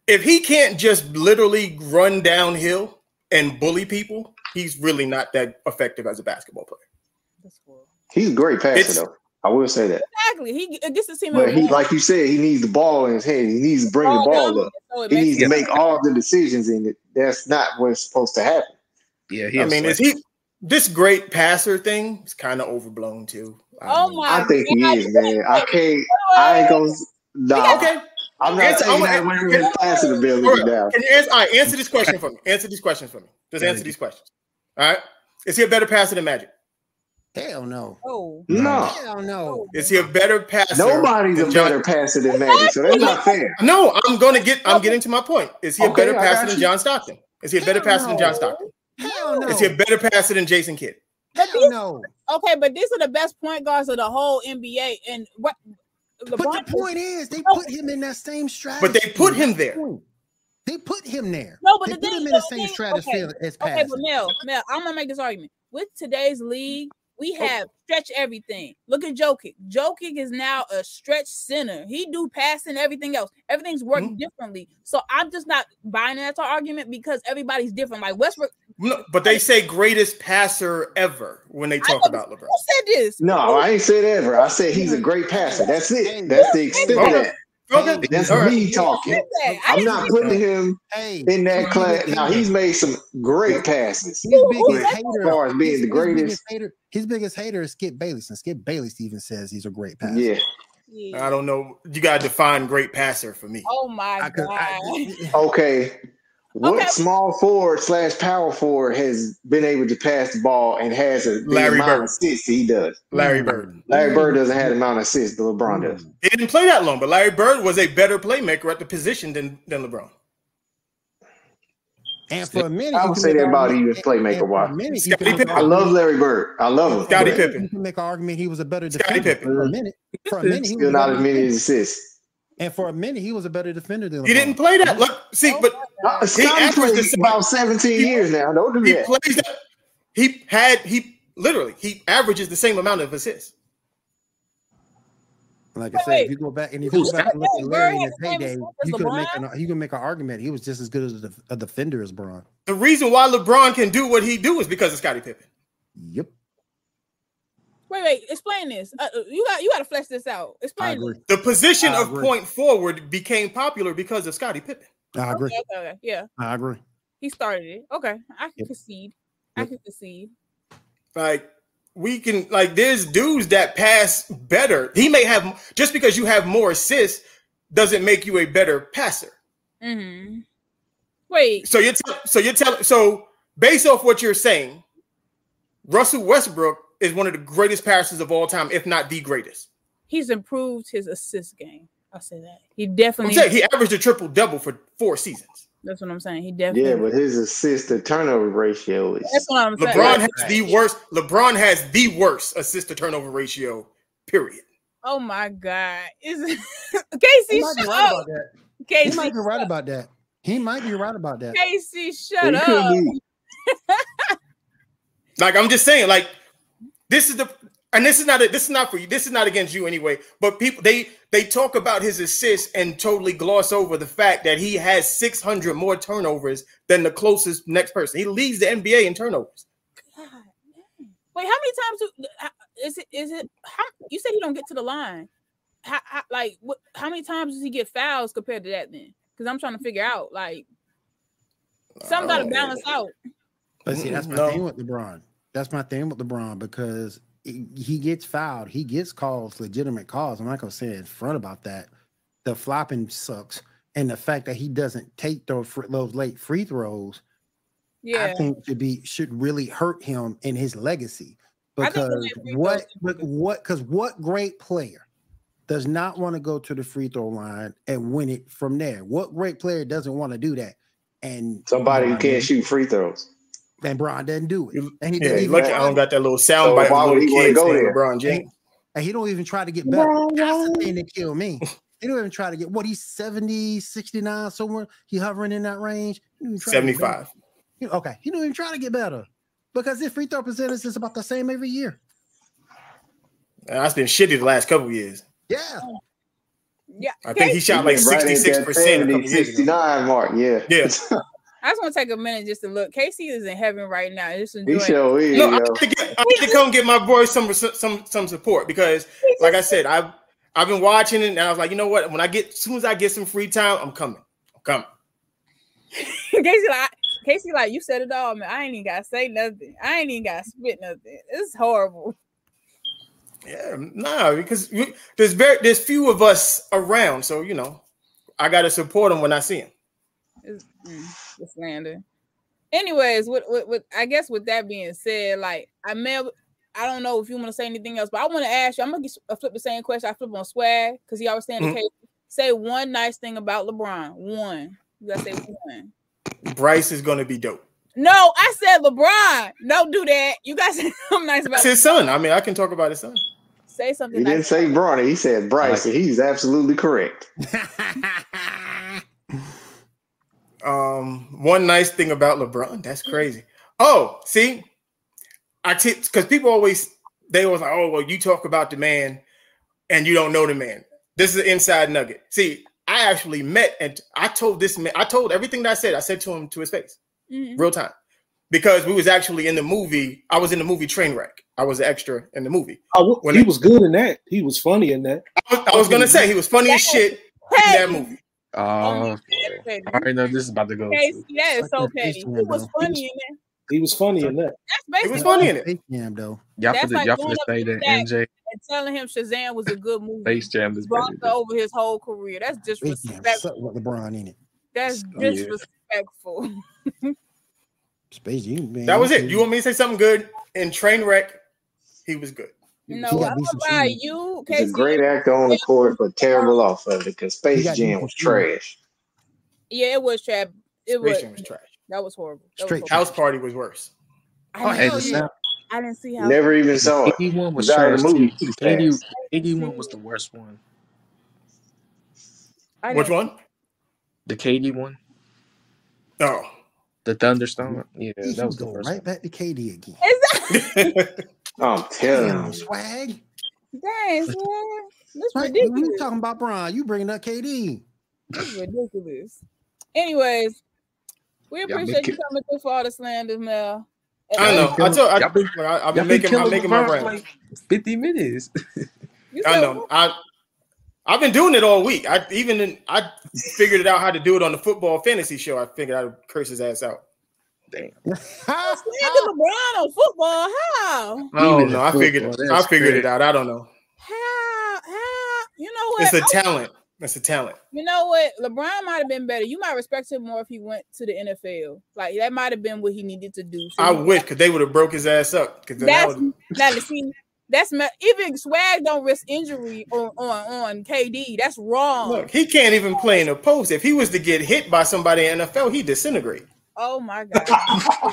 if he can't just literally run downhill and bully people, he's really not that effective as a basketball player.
That's cool.
He's a great
It's-
passer though. I will say that.
Exactly. He g- gets the team.
But
in
he,
one.
like you said, he needs the ball in his hand. He needs to bring the
All
ball
done,
up.
so it
He
makes
needs
sense.
to make all the decisions in it. That's not what's supposed to happen.
yeah, he.
I
is
mean,
like-
is he this great passer thing is kind of overblown too. I
Oh
mean,
my
I think he
God,
is, man. I can't. I ain't gonna. Nah,
Ah, Okay.
I'm not
Answer-
taking
I'm
that
gonna-
away from his passing
All
ability
right.
now.
Can you answer? All right, answer this question for me. Answer these questions for me. Just answer these questions. All right. Is he a better passer than Magic?
Hell no.
Oh,
No,
Hell no.
oh.
Is he a better passer?
nobody's a
than John-
better passer than Magic, so that's not fair.
No, I'm gonna get. I'm getting to my point. Is he a
Okay,
better
I
passer
got
than
you.
John Stockton? Is he a better
Hell
passer than John
no.
Stockton?
Hell no.
Is he a better passer than Jason Kidd?
Hell no.
Okay, but these are the best point guards of the whole NBA, and what
But
LeBron
the point is, they
Oh.
put him in that same
But
strategy.
they put him there.
They put him there.
No, but
they
the
put
thing-
him
no,
in the
the
same
thing-
stratosphere as
Okay,
passing.
but Mel, Mel, I'm gonna make this argument. With today's league, we
Oh.
have stretch everything. Look at Jokic. Jokic is now a stretch center. He do passing everything else. Everything's worked
Mm-hmm.
Mhm.
differently. So I'm just not buying that argument because everybody's different. Like Westbrook,
No, but they say greatest passer ever when they talk
know,
about LeBron.
who said this?
No, I ain't said ever. I said he's a great passer. That's it. That's the extent of that.
Okay.
That's
All right.
me
Who
talking.
said that? I
I'm
didn't
not
say that.
putting him
Hey,
in that
he's
class.
been
Now
hated.
he's made some great passes.
His
Who- who
biggest
said
hater,
that? Far as being
his,
the
his
greatest-
biggest hater, his biggest hater is Skip Bayless, and Skip Bayless even says he's a great passer.
Yeah.
Yeah.
I don't know. You gotta define great passer for me.
Oh my
I could,
god.
I,
Okay. What
Okay.
small forward slash power forward has been able to pass the ball and has a, the
Larry
amount
Bird.
of assists he does?
Larry Bird.
Larry Bird doesn't have the amount of assists that LeBron does.
He didn't play that long, but Larry Bird was a better playmaker at the position than, than LeBron.
And for a minute,
I
you
would
can
say
make
that
an
about
argument-
even
and-
playmaker
and for a
wise.
minute, you
Scottie
can make an
Pippen.
I love
argument-
Larry Bird. I love him.
Scottie
but
Pippen.
You can make an argument he was a better
Scottie
defender.
Pippen.
For a minute, for a minute, he was
Still
a
not
better
as many
defender.
as assists.
And for a minute, he was a better defender than LeBron.
He didn't play that. Look, see,
Oh,
but
Uh, Scotty
averaged the
played
same-
about 17
he-
years now. Don't do
he
that.
plays that. He had he literally he averages the same amount of assists.
Like
Wait,
I said,
wait.
if you go back and if you
Who,
go back and look at
Scottie?
Larry in
Bird had
his
the same
heyday,
scope as
you could make an
LeBron?
you could make an argument he was just as good as a, a defender as Braun.
The reason why LeBron can do what he do is because of Scottie Pippen.
Yep,
Wait, wait, explain this. Uh, uh, you got you gotta flesh this out.
I
Explain this.
agree.
The position
I
of
agree.
point forward became popular because of Scottie Pippen.
I agree.
Okay, okay, okay, yeah.
I agree.
He started it. Okay, I can
Yep.
concede. I
Yep.
can concede.
Like we can like there's dudes that pass better. He may have just because you have more assists doesn't make you a better passer.
hmm Wait,
So you're tell so you're telling so based off what you're saying, Russell Westbrook is one of the greatest passers of all time, if not the greatest.
he's improved his assist game. I'll say that. He
I'm
definitely
saying he averaged a triple double for four seasons.
That's what I'm saying. He definitely.
Yeah, but his assist to turnover ratio
that's
is
what I'm saying.
LeBron
Like,
has the worst. LeBron has the worst assist to turnover ratio. Period.
oh my god, is
He
Casey
might be
shut
right
up?
about that. He
Casey,
might be right about that. He might be right about that.
Casey, shut
he
up.
couldn't be.
Like I'm just saying, like this is the and this is not a, this is not for you. This is not against you anyway. But people they they talk about his assists and totally gloss over the fact that he has 600 more turnovers than the closest next person. He leads the NBA in turnovers.
God, man. Wait, how many times do, how- is it? Is it? How you said he don't get to the line? How, how like what? How many times does he get fouls compared to that then? Because I'm trying to figure out like some got to
Oh.
balance out.
But see, that's
Mm-mm,
my
no.
thing with LeBron. That's my thing with LeBron because he he gets fouled. He gets calls, legitimate calls. I'm not gonna say in front about that. The flopping sucks, and the fact that he doesn't take those fr- those late free throws, I
Yeah,
think should be should really hurt him in his legacy.
I think the
Because
late free throws
what,
is
but what, because what great player does not want to go to the free throw line and win it from there? What great player doesn't want to do that? And
Somebody who
Bron
can't
didn't-
shoot free throws.
and Bron doesn't do it.
You-
And he
Yeah,
doesn't
you
even
lucky
Right.
I don't got that little
So
sound bite
why
of
would
little
he wanna
kids
go
saying
there?
LeBron James.
and he don't even try to get better. That's the thing that killed me. He don't even try to get what he's 70, 69, somewhere. He hovering in that range. He don't even try to get better.
75.
He- okay. He don't even try to get better because his free throw percentage is about the same every year.
And That's been shitty the last couple years.
Yeah.
yeah.
I think he
Casey-
shot like
He's been right at that
66 percent a
70,
couple years ago.
69 mark. Yeah.
Yeah.
I just want to take a minute just to look. Casey is in heaven right now. Just
he
enjoying.
sure is.
No, I
yo.
have to get I have to come get my boy some some some support because, like I said, I I've been watching it and I was like, you know what? When I get, as soon as I get some free time, I'm coming. I'm coming.
Casey like Casey like you said it all, man. I ain't even gotta say nothing. I ain't even gotta spit nothing. It's horrible.
Yeah, nah, because you, there's very there's few of us around, so you know, I gotta support him when I see him.
It's, mm, it's slander. Anyways, with, with with I guess with that being said, like I may I don't know if you want to say anything else, but I want to ask you. I'm gonna get, s- uh, flip the same question. I flip on swag because he always saying
Mhm.
the case. Say one nice thing about LeBron. One. You gotta say one.
Bryce is gonna be dope.
No, I said LeBron. Don't do that. You guys say something nice
That's
about.
his son. I mean, I can talk about his son.
Say something.
He didn't
nice
say
about-
Bronny. He said Bryce, and he's absolutely correct.
Um, one nice thing about LeBron, that's crazy. Oh, see, I tipped because people always they always like, oh well, you talk about the man and you don't know the man. This is an inside nugget. See, I actually met and I told this man, I told everything that I said, I said to him to his face,
Mhm.
real time. Because we was actually in the movie, I was in the movie Trainwreck. I was an extra in the movie.
I w-
When
he
it-
was good in that. He was funny in that.
I was, I was gonna say he was funny as shit in
Hey,
that movie.
my
Oh,
God,
boy.
baby.
I already know this is about to go.
Casey,
to-
that is
Suck
so
that face
petty. He
jam,
was
though.
funny in that.
He was funny in that.
That's
It was
basically
funny in it.
Space Jam, though.
Y'all
That's
finna,
like
y'all
going
finna
up
say
to
that
Shaq
MJ
and telling him Shazam was a good movie.
Space Jam is better.
Bronca
than-
over his whole career. That's
Space Jam
disrespectful.
sucked with LeBron in it.
That's
Yeah.
disrespectful.
Space Jam. Man,
That was
okay.
it. You want me to say something good in Trainwreck? He was good.
No,
He
I
got
don't
decent
buy
shoes.
you,
He's a
Casey.
great actor on the court, but terrible off of it because
He
Space
got
Jam
decent
was
shoes.
trash.
Yeah, it was trap. It was.
Trainwreck was trash.
That was horrible. That
Straight
was horrible.
House Party was worse.
I,
Hey,
didn't,
hell
the
yeah.
sound,
I didn't see how.
Never even saw it.
81 was
Was out of
trash
the
too.
movie. He was
80,
trash.
81 was the worst one.
I
Which
didn't-
one?
The KD one,
Oh.
the Thunderstorm. Yeah,
See,
that
he
was the
go
worst one.
right back to KD again.
Is that?
I'm telling
Damn,
you.
swag.
Dang, man. That's
Right?
ridiculous.
We talking about Brian. You bringing up KD.
That's ridiculous. Anyways, we
Y'all been
appreciate you
ki-
coming through for all the slander, Mel. And
I
Ace,
know. I
killing-
told. I,
y'all been-
when I, I've
Y'all
been
been
making. I'm
killing
making my
LeBron for
rounds.
like 50 minutes.
You
I
said
know. I I've been doing it all week. I even in, I figured it out how to do it on the football fantasy show. I figured I'd curse his ass out.
Damn.
slander LeBron on football. How?
I
Even
don't
in
know. I figured.
Oh, football,
I
that's
figured
crazy.
it out. I don't know.
How? How? You know what? Oh.
It's a
I-
talent. It's a talent.
you know what? LeBron might have been better. You might respect him more if he went to the NFL. Like that might have been what he needed to do. So
I
you-
wish because they would have broke his ass up. Because
that's
that would.
now to see. That's me- even swag don't risk injury on on on KD. That's wrong.
Look, he can't even play in the post. If he was to get hit by somebody in NFL, he disintegrate.
Oh my god, this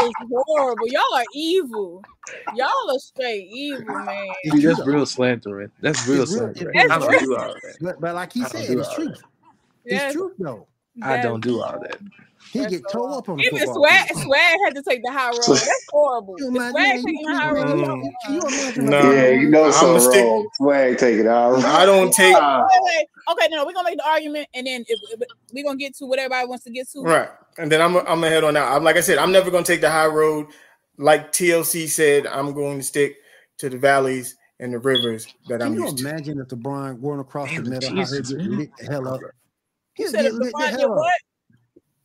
is horrible. Y'all are evil. Y'all are straight evil, man.
See, that's real slandering. That's real
It's real- it's
slandering.
real
I don't do all that.
But, but like he
I don't
said,
do
it's
all
true. It's
Yes,
true though.
I
yes.
don't do all that.
He
That's
get
so
toe
wrong.
up on the
Even
football.
swag,
field.
swag had to take the high road. That's horrible.
You
If
imagine-
swag
you
taking the
can't
high
imagine-
road.
Mm.
Can you imagine?
Nah.
what-
Yeah, you know
I'ma
so
stick-
wrong. Swag take it out.
I don't take
Ah.
Okay, okay, no, we're gonna make the argument, and then if, if, we're gonna get to what everybody wants to get to.
right, and then I'm I'm gonna head on out. I'm like I said, I'm never gonna take the high road. Like TLC said, I'm going to stick to the valleys and the rivers that
Can
I'm
you
used to.
imagine if LeBron went across the
Damn,
middle,
Jesus,
how he'd get
man.
lit the hell up?
You
He'd
said
get
if
lit the
LeBron did
hell up.
what?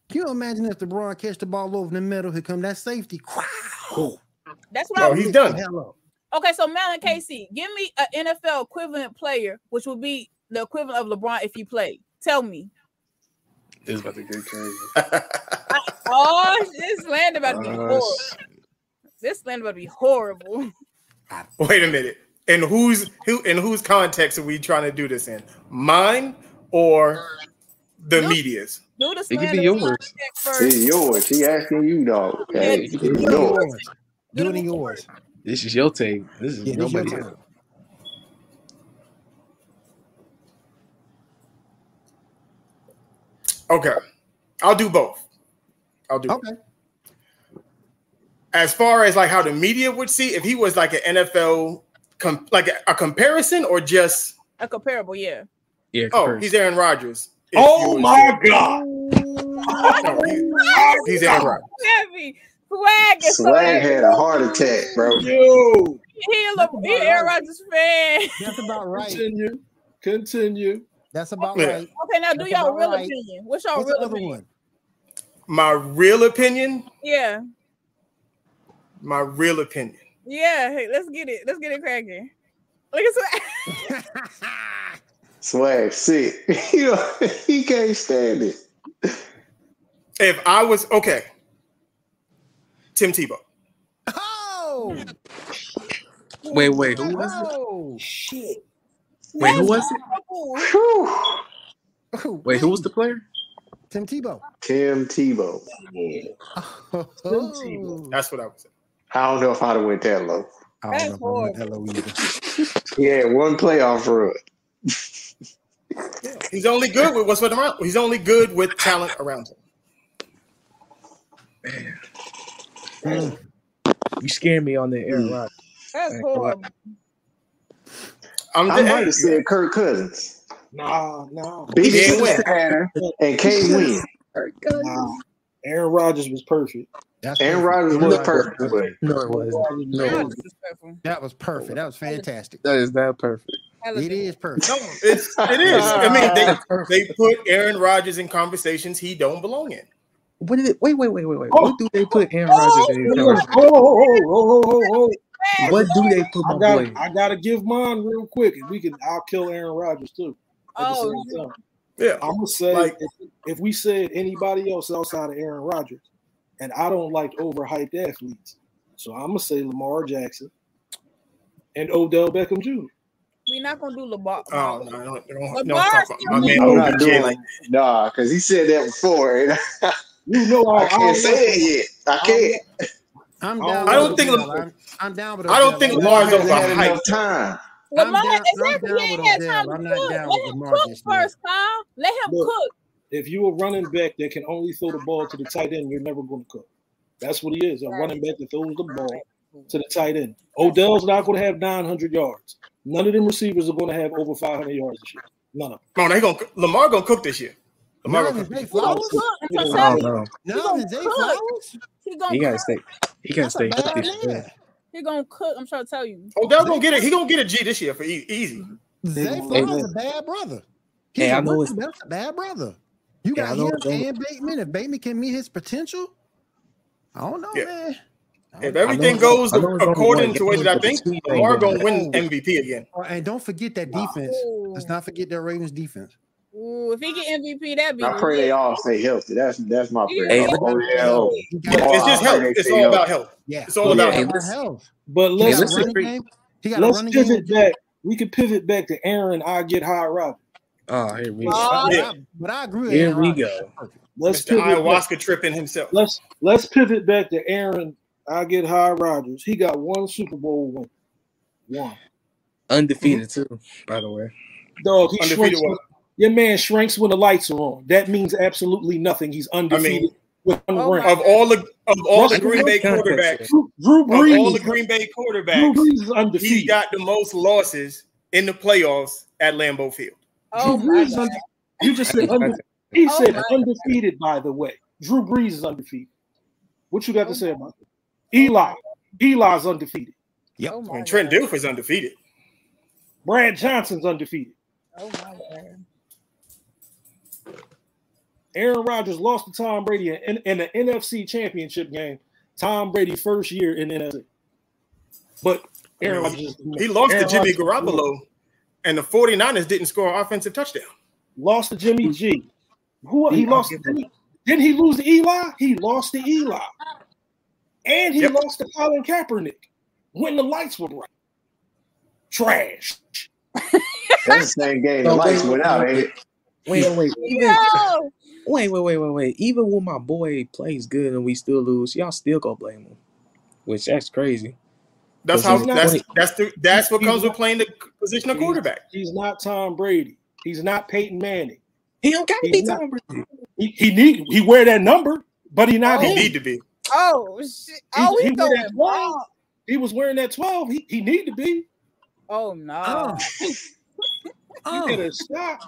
Can you imagine if LeBron catch the ball over the middle? Here come that safety. Wow.
That's what I
Oh,
was
he's
Lit the
done.
hell up.
Okay, so Mel and Casey, give me an NFL equivalent player, which would be the equivalent of LeBron if he played. Tell me.
This is about to get crazy.
Oh, this land about to be
Uh,
horrible. This land about to be horrible.
Wait a minute. And whose who in whose context are we trying to do this in? Mine or the
No.
media's?
Do the
it could
slander
be yours.
first.
It's yours. She asking you, dog.
Yeah,
Hey,
it could be
it's
Do it in
yours.
yours. Do it in yours.
This is your tape. This is
Yeah, this your
nobody
time.
else.
Okay. I'll do both. I'll do both.
Okay.
as far as like how the media would see if he was like an NFL com- like a, a comparison or just
A comparable, yeah.
Yeah.
oh
Curry.
he's Aaron Rodgers. If you
Oh
was-
my god!
No, he- he's Aaron Rodgers.
Heavy. Swag is so
Swag
heavy.
had a heart attack, bro.
Yo,
He a Le- he a Aaron Rodgers fan.
That's about right.
continue, continue.
That's about
Yeah.
right.
Okay, now do
That's
y'all
about
real
right.
opinion. What's y'all
What's the
real
other
opinion?
one?
My real opinion,
Yeah,
my real opinion.
yeah. Hey, let's get it. Let's get it cracking. Look at Swag.
Swag sick. you know, he can't stand it.
If I was okay, Tim Tebow.
Oh,
Wait, wait. Who was it?
oh,
Shit.
Wait, who was it?
horrible.
Whew.
Oh!
Wait, who was the player?
Tim Tebow?
Tim Tebow.
Oh.
That's what I would say.
I don't know if I'd have went that low.
I don't know if
That's
I want that low E either.
He had one playoff run.
He's only good with what's with around. He's only good with talent around him.
Mm.
You scared me on the Aaron
Mm.
Rodgers.
That's
Thank you.
horrible.
I'm
I
just,
might have
hey,
said Kirk Cousins.
Nah, nah,
Beat
He
him
didn't
to the
win.
pattern and can't win.
nah. Aaron Rodgers was perfect.
That's
Aaron
perfect.
Rodgers
Aaron
was
Rodgers
perfect, but
No, it wasn't.
Aaron Rodgers was
No, it
Y'all
wasn't.
disrespectful.
That was perfect. That was fantastic.
That is not perfect.
Hella
It is perfect.
no, it's it is. I mean, they they put Aaron Rodgers in conversations he don't belong in.
What is it? Wait, wait, wait, wait, wait.
Oh.
What do they put Aaron Rodgers in?
Oh,
conversation?
oh, oh, oh, oh, oh, oh.
disrespectful.
What do they put
oh,
I
my
got,
boy? in?
I gotta give mine real quick, and we can. I'll kill Aaron Rodgers too. At the
Oh,
same time.
Yeah.
I'm gonna say
Like-
if, if we said anybody else outside of Aaron Rodgers, and I don't like overhyped athletes, so I'm gonna say Lamar Jackson and Odell Beckham Jr.
we're not gonna do LeBar.
Oh no, I don't, don't, don't
Lamar
talk about
still
I'm
my man
needs-
not
OBJ
doing
like
like nah, because he said that before, and
You know I,
I can't say that yet. I can't.
I'm
I don't
down.
know.
I
with
don't think
Odell.
Lam-
I'm, E. I'm down with.
I don't
Odell.
think
I'm
Lamar
Lamar
is
down
hasn't
with
had
Odell.
overhyped.
enough time.
I'm
Lamar,
down. I'm
exactly. He
down with
ain't had time
Odell.
to
I'm not
cook.
down with
Let him
Lamar
cook
just yet.
first, Kyle. Let him
Look.
cook.
If you a running back that can only throw the ball to the tight end, you're never going to cook. That's what he is. A running back that throws the ball to the tight end. Odell's not going to have 900 yards. None of them receivers are going to have over 500 yards this year. None of
No, they gonna Lamar gonna cook this year. Lamar
Not
gonna
even
cook.
Zay
this year.
He gonna
Flowers.
cook and
I
them.
protect.
don't know.
Not even Zay
cook.
Flowers.
He gonna
Oh, He
cook.
gotta stay. He gotta
That's a
stay
bad
healthy. for
man.
real.
He gonna cook. I'm trying to tell you.
Odell gonna get it. He gonna get a G this year for e- easy.
They
Zay
gonna
Hey.
Flowers a bad brother. He's
Hey, I
a
know
rookie,
it's.
but that's a bad brother. You
Yeah,
got
I know
him
it's only-
and Bateman. If Bateman can meet his potential, I don't know,
Yeah.
man. I don't
If
know.
I know
everything
it's only- I
goes
know it's only one
according to what
game,
I
but the
think,
two ain't
Lamar
gonna
gonna
matter.
win MVP again.
Oh, and don't forget that defense.
Ooh.
Let's not forget that Ravens defense.
Ooh, if he get MVP, that'd be
I pray
lit.
they all stay healthy. That's that's my
He
prayer.
got
Hey,
that
Oh,
MVP.
yeah. oh.
You
Yeah,
got,
Oh,
it's
I
just
pray
health.
they
It's
stay
all about
healthy.
health.
yeah,
It's all
you
about
got
Hey,
health.
more
listen.
health.
But
You
Hey,
got
let's
a
listen.
running game. He got
Let's
a running
pivot
game.
back. We could pivot back to Aaron. I get high, Robin.
Oh, here we
Oh,
go.
But
Yeah.
I, but I agree. with
Here
Aaron
we
Rodgers.
go.
That's perfect.
Let's
Mr.
pivot. Back.
Ayahuasca tripping himself.
Let's let's pivot back to Aaron. I get high, Rodgers. He got one Super Bowl win. One
Undefeated too, by the way.
dog. He
Undefeated
shrinks.
what?
when- Your man shrinks when the lights are on. That means absolutely nothing. He's undefeated with one
Oh
ring.
my-
Of all the of all the
Russell
Green Bay
Wilson.
quarterbacks,
Drew, Drew
of all
Brees.
the Green
Drew
Bay quarterbacks,
Brees is
he
undefeated.
got the most losses in the playoffs at Lambeau Field.
Oh
Drew
my
Brees is
god.
unde- you just said unde- he
Oh
said
my
undefeated. By the way, Drew Brees is undefeated. What you got
Oh
to say about that? Eli? Eli's undefeated.
Oh my
And Trent
god.
Dilfer's undefeated.
Brad Johnson's undefeated.
Oh my god.
Aaron Rodgers lost to Tom Brady in, in the NFC Championship game. Tom Brady first year in NFC, but Aaron
I mean,
Rodgers
He lost
Aaron
to Jimmy
Rodgers-
Garoppolo, and the 49ers didn't score an offensive touchdown.
Lost to Jimmy G. Who he
I'll
lost?
give
To, didn't he lose to Eli? He lost to Eli, and he
Yep.
lost to Colin Kaepernick when the lights were bright. Trash.
That's the same game. The
Oh,
lights
wait,
went out,
wait,
ain't it?
Wait, wait, even
No.
wait, wait, wait, wait, wait. Even when my boy plays good and we still lose, y'all still gonna blame him. Which that's crazy.
That's
Cause
how
his
not-
that's
point-
that's the that's what
He's
comes with
not-
playing the position of quarterback.
He's, he's not Tom Brady. He's not Peyton Manning.
he don't gotta be
He's not-
Tom Brady.
He, he need he wear that number, but he not
Oh.
He
him.
need to be.
Oh shit. Oh, we
he went
throwing
at 12.
ball.
He was wearing that 12. He, he need to be.
Oh no.
Oh,
Uh, You
oh.
better stop.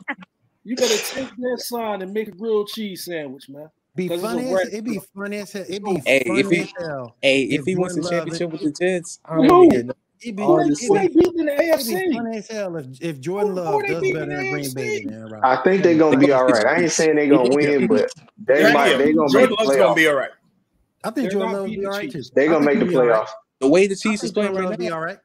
You better take that sign and make a grilled cheese sandwich, man.
Be
'Cause it's
funny.
a
As,
rat.
it'd be funny as hell. It'd be
Hey,
funny
if he-
as hell.
Hey, if
If
he wins the
Jordan Love
championship with the Jets, I don't
Who?
even know.
It'd be,
All
Who they,
this
it'd
who they
be,
shit.
beat in the
it'd be
AFC?
funny as hell if, if
Who,
Jordan
who
Love
they
does
beat in
better
the
in Green Bay than
AFC?
Aaron
I
Rodgers.
think they're gonna be all right. I ain't saying they're gonna win, but they
Heck
might.
yeah,
They're gonna make
Jordan
the
Love's gonna
playoffs.
be all right.
I think
They're
Jordan
not
Love will
beating
be all
the
right too.
Chiefs.
They're
I
gonna
think
make
he'll
the
be all right.
playoffs.
The way the
I
Chiefs is
think
playing
Jordan Love
right
will be
now,
all right.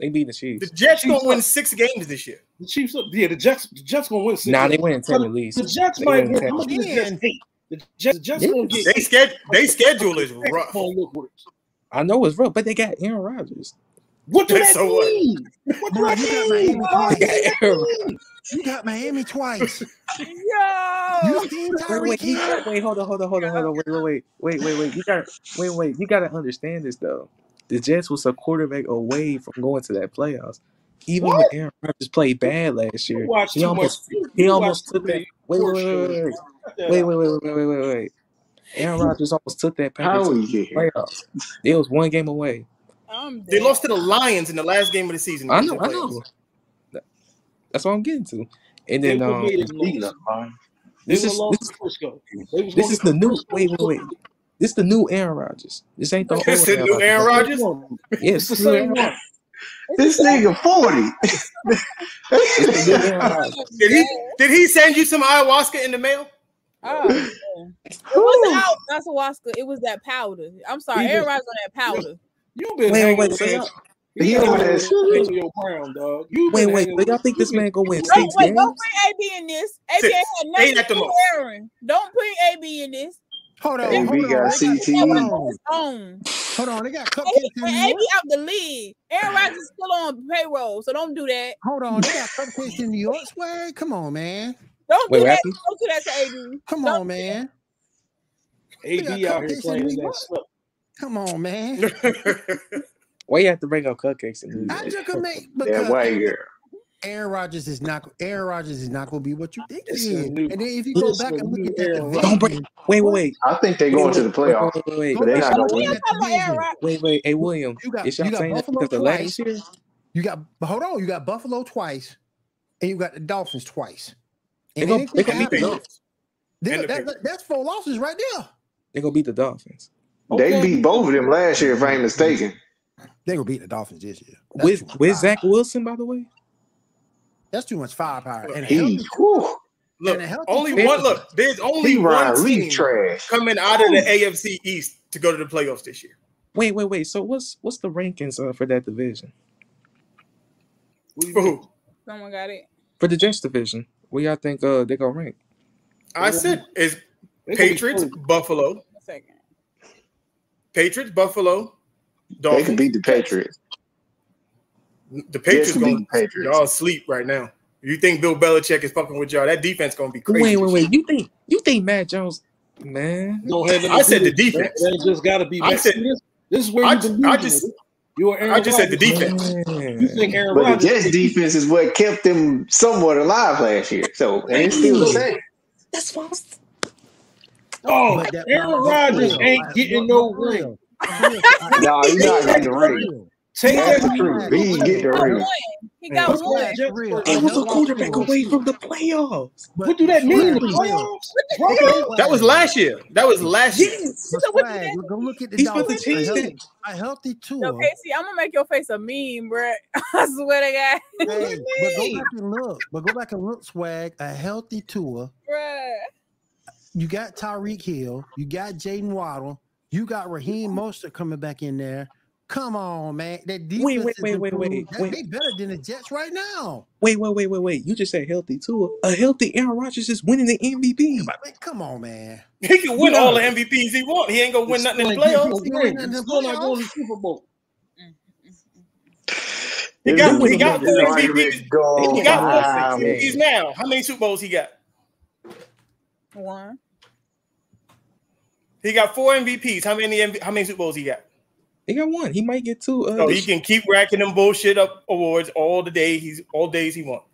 they beat the Chiefs.
The Jets
Chiefs
gonna win
up.
six games this year.
The Chiefs up. Yeah, the Jets. The Jets gonna win six.
Nah, they
games.
win
So the,
technically.
the Jets
They
might
win
win. I'm gonna give the Jets
Again.
eight. The Jets, the Jets
Yeah.
gonna get
They
eight.
sched- they schedule is rough.
Gonna look worse.
I know it's rough, but they got Aaron Rodgers.
What do that
So what?
mean? What do
Bro,
that
you got
mean?
Miami
They got
twice.
What does that
Aaron.
mean?
You got Miami twice.
Yo.
You seen
Wait,
Tyreek
wait, you
Hill?
got, wait, hold on, hold on, hold on, hold on, wait, wait, wait, wait, wait, wait. You got, wait, wait, you got to understand this though. The Jets was a quarterback away from going to that playoffs. Even when
What?
Aaron Rodgers played bad last
You
year,
watch
he
too much.
almost,
You,
he
you watch
almost
too
took that.
many
Wait, wait,
horse
wait,
shows.
wait, wait.
Cut that
Wait,
out.
wait, wait, wait, wait, wait, wait, wait. Aaron Rodgers almost took that package
How
to
we get
the
here?
playoffs. It was one game away.
I'm
They
dead.
lost to the Lions in the last game of the season to
I
get to
know,
the
I
playoffs.
know. That's what I'm getting to. And
They
then
would have
um,
made us
Beating up,
lose.
man.
They
this
would have
is
lost
this,
to Frisco. They
this
was gonna
is the
come.
new.
Frisco
Wait,
was
wait,
gonna
wait. This the new Aaron Rodgers. This ain't the
It's
old
the
Aaron
new
Rodgers.
Aaron
It's the same one.
Rodgers.
Yeah,
It's
it's
the
the new Aaron
same
Rodgers.
one.
It's
This nigga forty.
It's the new Aaron Rodgers.
I'm
Did
dead.
he did he send you some ayahuasca in the mail?
Oh, man. it wasn't out. That's Alaska. It was that powder. I'm sorry.
He was-
Everybody's on that powder.
You been
Wait, wait,
hanging
wait.
with
So y'all,
Antonio. You
he
been
over
hanging
there.
with
screaming.
Antonio Brown, dog. You
wait,
been
wait.
hanging
So
with.
y'all think
You
this
been.
man gonna win
You
Don't
six
hanging
wait.
with.
Don't
games?
put AB in this. AB
Six.
had nothing
Eight
to
at the
do with
most.
Aaron. Don't put AB in this.
Hold on,
That
hold
AB
on.
got
They got
that
hold
was
CTE.
on
on.
his own.
Hold on. They got
And, he,
cupcakes in
and
New
AB
York.
out the league. Aaron Rodgers is still on payroll, so don't do that.
Hold on. They got cupcakes in New York. Swag. Come on, man.
Don't
Wait,
do
what
that.
happened?
Don't do that to AB.
Come
Don't
on, man. They got
AB out here
cupcakes in
playing
New
that
York.
stuff.
Come on, man.
Why you have to bring up cupcakes in New
I
York?
just can make
That
because
white girl.
Aaron Rodgers is not Aaron Rodgers is not going to be what you think
It's
he
a
is.
new.
And then if you go
It's
back
a
and look
new
at that
Aaron
Don't bring.
division,
Wait,
what?
wait,
I think they're
wait, wait,
going to
wait,
the
wait,
playoffs,
wait, wait, wait,
Go
but they're
back
not
and
But
gonna
look
we
at
win
ain't
it.
that
talking about Aaron
division.
Rodgers.
wait, wait. Hey, William,
You got
is
you
y'all
got
saying that
Buffalo
because of last
twice.
year?
You got but hold on. You got Buffalo twice, and you got the Dolphins twice.
They
And
gonna they
anything can
gonna
and the
beat the
happen.
Dolphins.
Patriots.
There-
And the
that-
Patriots.
that- that's four losses right there.
They gonna beat the Dolphins
They
Okay.
beat both of them last year, if I ain't mistaken.
They gonna beat the Dolphins this year. That's
with
too much
with
firepower.
Zach Wilson, by the way.
That's too much firepower. And a
He,
healthy
whew,
and a
Look,
healthy
only
Cooper
one.
Cup.
Look, there's
he
only one
Ryan Leaf
team
trash.
coming out of the AFC East to go to the playoffs this year.
Wait, wait, wait. So what's what's the rankings uh, for that division?
What do you
For
mean?
who?
Someone got it.
For the Jets division, where y'all think uh they gonna rank?
They're
I
gonna be.
said is
They're gonna be
Patriots,
first.
Buffalo,
One second.
Patriots, Buffalo,
They could
Dolphins,
beat the
Jets.
Patriots.
The Patriots
Yes, we
going
beat
to
the Patriots.
y'all sleep right now. You think Bill Belichick is fucking with y'all? That defense going to be crazy.
Wait, wait, wait. You think you think Matt Jones, man?
Don't have
I said
nothing to
the
do with
defense.
That, that just got to be.
I
I
said-
said this. This is where
I
you
ju-
believe.
I
in
just-
it. you are Aaron
I just said the
Rodgers.
defense.
You think
Man.
Aaron
But the
Rodgers?
Jets defense is what kept them somewhat alive last year. So and it's still the same.
That's why. I was-
Oh,
But that-
Aaron
but- but
Rodgers
real,
ain't
like,
getting
but-
no
but real,
ring.
for real, I-
No, he's not getting the ring.
real.
Take
That's
that.
the truth. He ain't
He
getting the
got
ring.
one. He got
What's
one.
that, Jets?
Real.
They
Hey,
was a
That's why
quarterback
people-
away from the playoffs.
But-
What do that mean? The
Swag, real.
playoffs?
But
Bro?
Swag,
That was last year. That was last year.
Yes.
But
So what you
swag,
got-
go look at the
He's with the
Dolphins. A healthy,
Chiefs.
a healthy
Yo,
tour.
Casey, I'm gonna make your face a meme, bro. I swear to God,
Hey, but go
mean?
back and look. But go back and look, swag. A healthy tour.
bro.
You got Tyreek Hill. You got Jaden Waddle. You got Raheem Mostert coming back in there. Come on, man. That defense
Wait, wait,
is
wait, wait, wait,
improved. That-
wait.
They better than the Jets right now.
Wait, wait, wait, wait, wait. You just said healthy too. A healthy Aaron Rodgers is winning the MVP.
I mean, come on, man.
He can win
No.
all the MVPs he want. He ain't gonna win nothing in the playoffs.
A ring. It's still not going to the Super Bowl.
He
This
They
got
is-
win
he got
this
four
is
MVP.
argument
MVPs.
gone
He got four
Ah,
wild.
MVPs now. How many Super Bowls he got?
One.
He got four MVPs. How many MV, how many Super Bowls he got?
They got one. He might get two. Uh,
So he can keep racking them bullshit up awards all the day. He's all days he wants.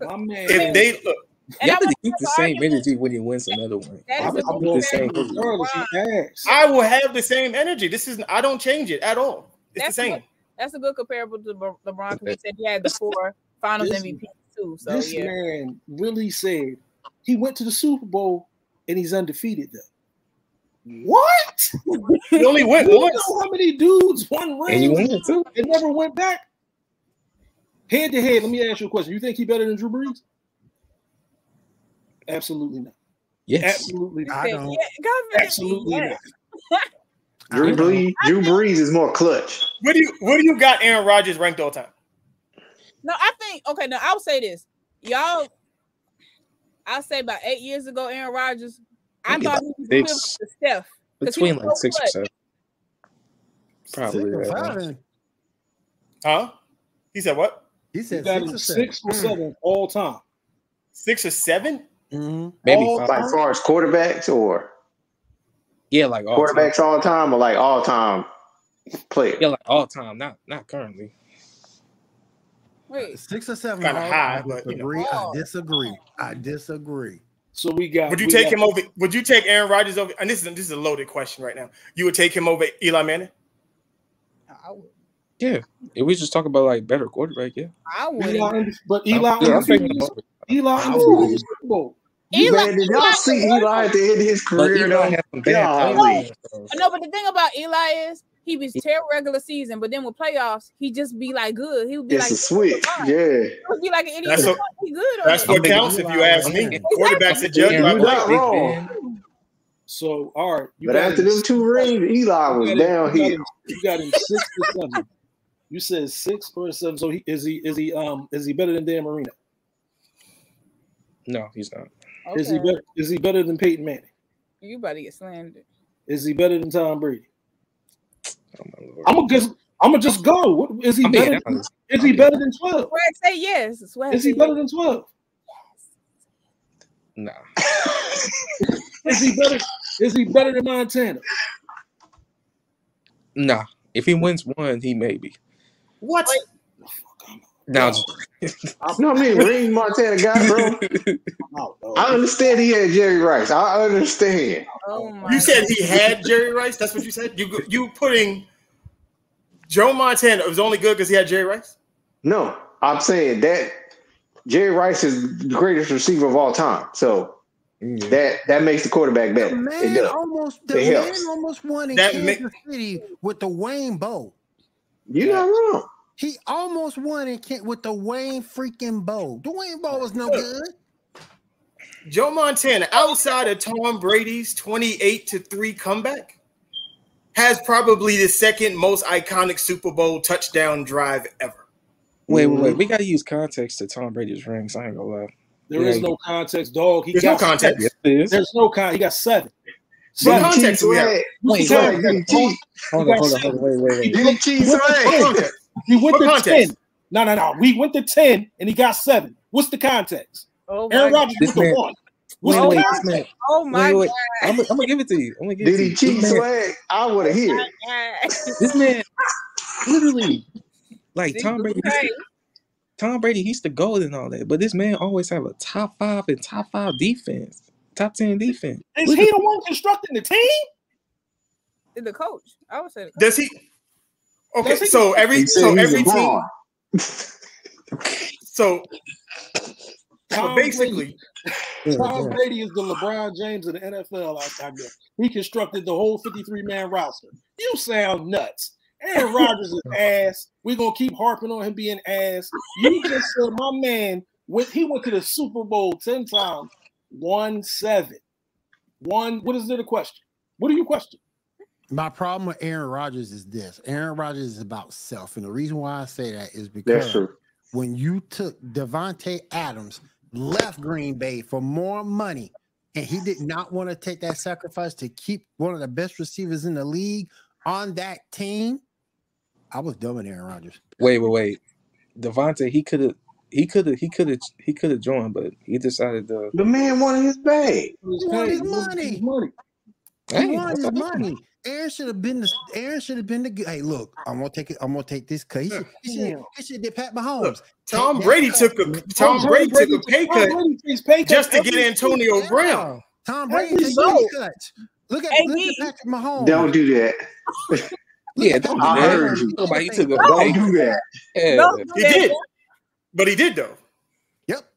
My man.
If they
And
look,
y'all
I'm
better
gonna
keep the
argue
same energy when he wins another one.
That
I'm,
is
Y'all
a
better
I'm
keep
going
the
good
to
same
thing.
energy.
regardless. He asked.
I will have the same energy. This is I don't change it at all. It's
That's
the same.
what- that's a good comparable to Lebr- LeBron because he said he had the four Finals
This-
MVPs too. So
this
yeah,
man really said he went to the Super Bowl and he's undefeated though. What?
He only went
You
once.
know how many dudes won
And he
rings
won it too.
and never went back? Head to head, let me ask you a question. You think he better than Drew Brees? Absolutely not.
Yes.
Absolutely
He
not.
I
said,
don't-
yeah, God,
Absolutely
yes.
not.
I
Drew
don't know.
Brees, Drew Brees is more clutch.
What do you what do you got Aaron Rodgers ranked all time?
No, I think okay. Now I'll say this, y'all. I'll say about eight years ago, Aaron Rodgers. I
Maybe
thought he
about
was equivalent
six.
to Steph. 'Cause he
Between
was
like
so
six or
clutch.
seven. Probably uh,
Six or
that one.
seven.
Huh? He said what?
He
He
said
got
six
him
or seven.
six or seven all time.
Six or seven?
Mhm.
Maybe
All
five.
Like far as quarterbacks or
Yeah, like all time.
quarterbacks all time or like all time player.
Yeah, like all time. Not not currently.
Wait,
Six or seven.
Kinda
all-
high,
I
but, you know.
disagree. I
Oh.
disagree. I disagree.
So we got
Would you
we
take
got-
him over? Would you take Aaron Rodgers over? And this is this is a loaded question right now. You would take him over Eli Manning?
I, would-
Yeah. If we just talk about like better quarterback, yeah.
I wouldn't.
Eli, but
I'm-
Eli
yeah, I'm taking
undefeated.
him over.
Eli
I
undefeated in
would.
the Super Bowl.
Eli,
Man, did y'all
Eli
see
was-
Eli at the end of his
But
career
Eli
though?
had some bad
Golly.
plays. so-
No, but the thing about Eli is he was terrible regular season, but then with playoffs, he just be like good. He would be
It's
like
a switch.
LeBron.
Yeah.
He would be like an idiot.
That's what-
LeBron. he good. on
That's
it.
what
thinking-
counts if you
Eli
ask
I'm
me.
thinking.
Quarterbacks
I'm
are
thinking
judged by
Aaron
You're
play.
not
Rodgers, Big
wrong.
Ben.
So all right, you
But
got
after
him-
them two rings, Eli
you
was
got him- you got
downhill.
him- you got him six to seven. You said six or seven. So he is he is he um is he better than Dan Marino?
No, he's not.
Is he
Okay.
better? Is he better than Peyton Manning?
You better get slandered.
Is he better than Tom Brady?
Oh my lord.
I'm gonna just I'm gonna just go. What, is he
I'm being
better? Than,
honest.
is he
I'm
better than twelve?
Swag say yes. Swag
Is he
say
better than twelve?
Nah.
Is he better? Is he better than Montana?
Nah. If he wins one, he maybe.
What?
Now
You know how many rings Montana got, bro?
Oh, no.
I understand he had Jerry Rice. I understand.
Oh my
You said he had Jerry Rice. That's what you said. You you putting Joe Montana was only good because he had Jerry Rice.
No, I'm saying that Jerry Rice is the greatest receiver of all time. So
yeah.
that that makes the quarterback
The
better. It
man
does.
almost the
It
man
helps.
almost won in
That ma-
Kansas City with the Wayne Bow.
You're not wrong.
He almost won in Kent with the Wayne freaking Bow. The Wayne Bow was no good.
Joe Montana, outside of Tom Brady's 28 to 3 comeback, has probably the second most iconic Super Bowl touchdown drive ever.
Wait, wait, wait. We gotta use context to Tom Brady's rings. I ain't gonna lie.
There is no context, dog. He
There's no
got
context.
Yes, it is.
There's no con. He got seven.
What
Seven.
Didn't
context
Chiefs
we have?
win?
Wait,
Sorry,
hold
seven.
on,
didn't
hold on,
Chiefs-
hold on, hold on, hold on. Wait, wait, wait.
didn't Chiefs
What
win?
What context?
He went
What
to
context?
ten. No, no, no. We went to 10 and he got seven. What's the context?
Oh my,
Aaron
God.
Rodgers
This
went to
man-
one. What's
Wait,
the
wait,
context?
this man.
oh my
wait.
God.
I'm, gonna give it to you. I'm gonna give it
Did
to
he
you.
cheat
This man,
swag? I want to hear it.
this man literally, like
This
Tom
was
Brady.
crazy.
Tom Brady, he's the gold and all that, but this man always have a top five and top five defense, top ten defense.
Is he the one constructing the team?
The coach. I would say the coach.
Does he? Okay,
Does he-
so every
He said
so
he's
every team
LeBron.
so
Tom Brady-
basically
Yeah,
Tom
yeah.
Brady is the LeBron James of the NFL. I, I guess he constructed the whole 53 man roster. You sound nuts. Aaron Rodgers is ass. We're gonna keep harping on him being ass. You just said my man went he went to the Super Bowl 10 times, one seven. One, what is there to question? What are you questioning?
My problem with Aaron Rodgers is this: Aaron Rodgers is about self, and the reason why I say that
That's
is because
true.
when you took Devonte Adams, left Green Bay for more money, and he did not want to take that sacrifice to keep one of the best receivers in the league on that team. I was done with Aaron Rodgers.
Wait, wait, wait. Devontae, he could have, he could have, he could have, he could have joined, but he decided to.
The man wanted his bag.
He was
He wanted
paid.
his money.
money.
He
Hey,
wanted
that's
his
all right.
money. Aaron should have been the. Aaron should have been the. Hey, look, I'm gonna take it. I'm gonna take this cut. He should. He should.
Damn.
He should did Pat Mahomes. Take
Tom
that
Brady
cut.
took a Tom
Tom
Brady took a pay
Tom
cut
Brady takes pay cut
just to
every
get Antonio
Yeah.
Brown.
Tom
Every
Brady took
show.
pay cuts. Look at
AD.
look at Patrick Mahomes.
Don't do that.
Look
Yeah,
at
don't
Patrick
do that.
I
Mahomes.
heard
He
you.
took a
Nobody
pay
took a
cut.
pay
Don't
cut.
do that.
Yeah.
Don't do
He
that,
did,
John.
but he did though.
Yep.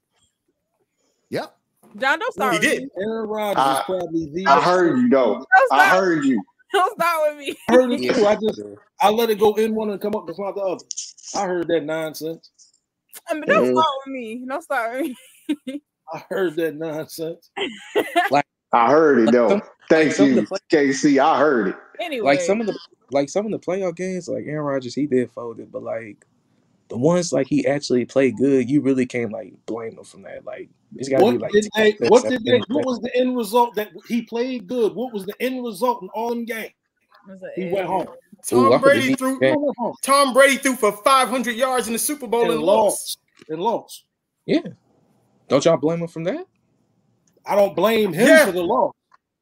Yep.
John, don't start
He
with
did.
me.
Aaron Rodgers
I-
Uh,
is probably the
I heard you though.
Don't
I
start,
heard you.
don't start with me.
I heard it
Yeah.
too. I just I let it go in one and come up and come out the other. I heard that nonsense.
I mean, don't
Mm.
start with me. Don't start with me.
I heard that nonsense.
I heard it
Like
though.
some-
Thank
some of the
you, KC. I heard it.
Anyway,
Like some of the, like some of the playoff games, like Aaron Rodgers, he did fold it, but like the ones like he actually played good, you really can't like blame him from that. Like it's got to be
What
like
did
10
they?
sets,
What did they?
17
What
sets.
was the end result? That he played good. What was the end result in all them games?
It's a-
He went home.
Ooh, I put
Tom
the
Brady
Heat
threw
He
game.
went home
Tom Brady threw for 500 yards in the Super Bowl
and
and lost.
lost. And lost.
Yeah. Don't y'all blame him from that?
I don't blame him
Yeah.
for the loss.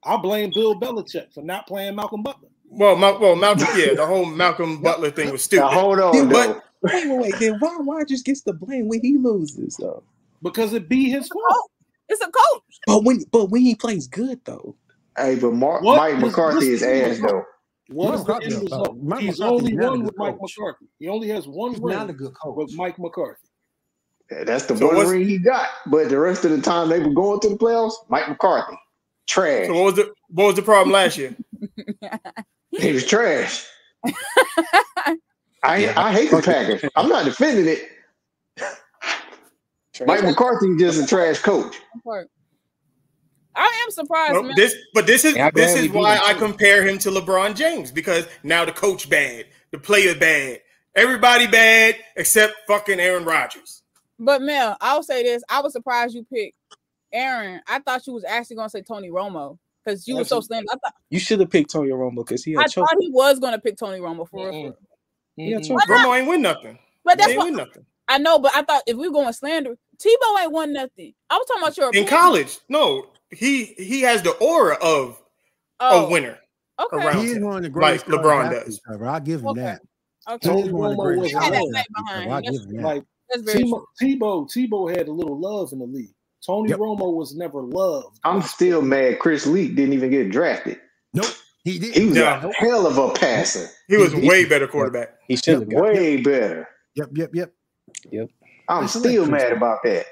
I blame Bill Belichick for not playing Malcolm Butler.
Well, Mal- well, Malcolm. Yeah, the whole Malcolm Butler thing was
Now
stupid.
hold
Yeah,
on
but-
though.
Wait, wait, wait. Then why Rodgers gets the blame when he loses though?
Because it be his fault.
Oh, It's a coach.
But when but when he plays good though,
Hey, but Mark,
What
Mike
was-
McCarthy
what's
is
the end
ass
result?
though.
What is
Mike
the
McCarthy
end
is a-
result?
Mike
He's
McCarthy's
only
not a
won
good
with Mike
coach.
McCarthy. He only has one
He's not a
win
good coach.
with Mike McCarthy.
That's the
So
one
what's-
ring he got. But the rest of the time they were going to the playoffs, Mike McCarthy, trash.
So what was the what was the problem last year?
He was trash. I
Yeah.
I hate the Packers. I'm not defending it. Mike McCarthy just a trash coach.
Park. I am surprised,
Well,
man.
this, but this is
And I'm
this
glad
is
we beat
why
him,
I
too.
compare him to LeBron James because now the coach bad, the player bad, everybody bad except fucking Aaron Rodgers.
But Mel, I'll say this: I was surprised you picked Aaron. I thought you was actually gonna say Tony Romo because you were so slim. I thought
you should have picked Tony Romo because he
I
had choke.
thought he was gonna pick Tony Romo for real. for
Mm-mm.
real.
Yeah,
Mm-mm.
true.
Romo ain't win nothing.
But that's
he ain't
what
win nothing
I know. But I thought if we going slander, Tebow ain't won nothing. I was talking about your
in
opinion.
college. No, he he has the aura of
Oh.
a winner.
Okay.
around.
He is one of the
Like
greatest college
LeBron
athletes
does.
ever. I'll give him
Okay.
that.
Okay.
He
Tony
is one of the
Romo
greatest
was
had that
college
alive.
faith
athletes
behind
ever.
him.
I'll
That's
give him that.
Like
That's very
Tebow, Tebow, Tebow had a little love in the league. Tony
Yep.
Romo was never loved.
I'm still mad Chris Leak didn't even get drafted.
Nope. He did.
He was
Yeah.
a hell of a passer.
He was
He did.
way better quarterback.
He should have got.
Way better.
Yep. Yep. Yep.
I'm
That's all right,
still
Chris
mad
Leak.
about that.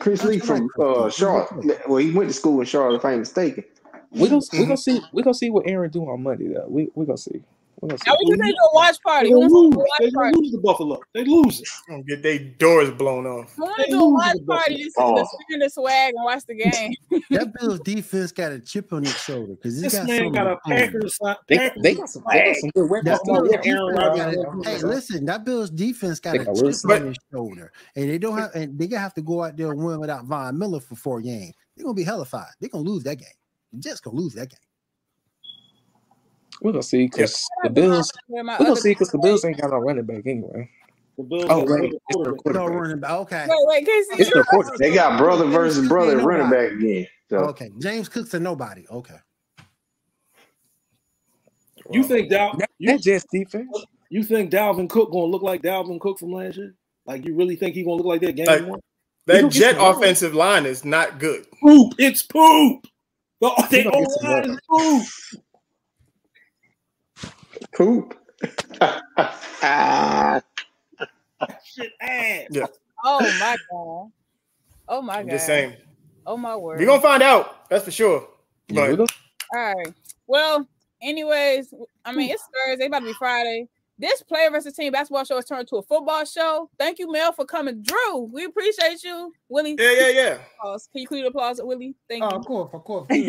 Chris
That's
Leak
all right,
from
Chris
uh
Leak. He's a good
Charlotte.
player.
Well, he went to school in Charlotte, if I ain't mistaken.
We gonna we gonna
Mhm.
see we gonna see what Aaron do on Monday though. We we gonna see. We gonna see.
Now we just need to do a watch
They
party. Who
gonna
wants to do a
lose.
watch
They
party?
gonna lose the Buffalo. They lose it.
Gonna Get they doors blown off.
Who want
They
to do a
lose
watch
the Buffalo.
party? Just
Oh.
to spin the swag and watch the game.
That Bills defense got a chip on its shoulder because it's
This
got
man
something.
got a Packers.
They,
Packers
they got some they got
flag.
some good weapons
That
Talking
too.
about
Bills
what
Aaron
Aaron
Rodgers
defense got a
Rodgers done
and
for
hey,
his
Aaron
life.
listen, that Bills defense got
They
a
got
chip
Wilson.
on
But
their shoulder. And they don't have and they gonna have to go out there and win without Von Miller for four games. They're gonna be hellified. They're gonna lose that game. They're just gonna lose that game.
We're gonna see because the Bills
Where my
we're gonna
other
see because the Bills ain't got no running back anyway.
The Bills
Oh,
got
right.
another
It's their
quarterback.
No
quarterback.
running back. Okay.
Wait, wait, KC.
It's their quarterback.
They got brother versus brother at running back again. So
Okay. James Cook's a nobody. Okay.
You think Dal-
that,
you,
that Jets defense?
you think Dalvin Cook gonna look like Dalvin Cook from last year? Like you really think he gonna look like that game
Like-
one? He
That
gonna get
Jet
some work.
offensive line is not good.
Poop! It's poop. The,
He
they
gonna get some
O-line is poop.
poop. Ah,
Shit ass.
Yeah,
Oh my god. Oh my
I'm
god.
just saying.
Oh my word.
We're gonna find out. That's for sure.
You
But
know?
All right. Well, anyways, I mean it's Thursday, about to be Friday. This player versus team basketball show has turned to a football show. Thank you, Mel, for coming. Drew, we appreciate you. Willie,
yeah, yeah, yeah.
applause. Can you clear the applause, Willie? Thank
Oh,
you.
of course, of course.
And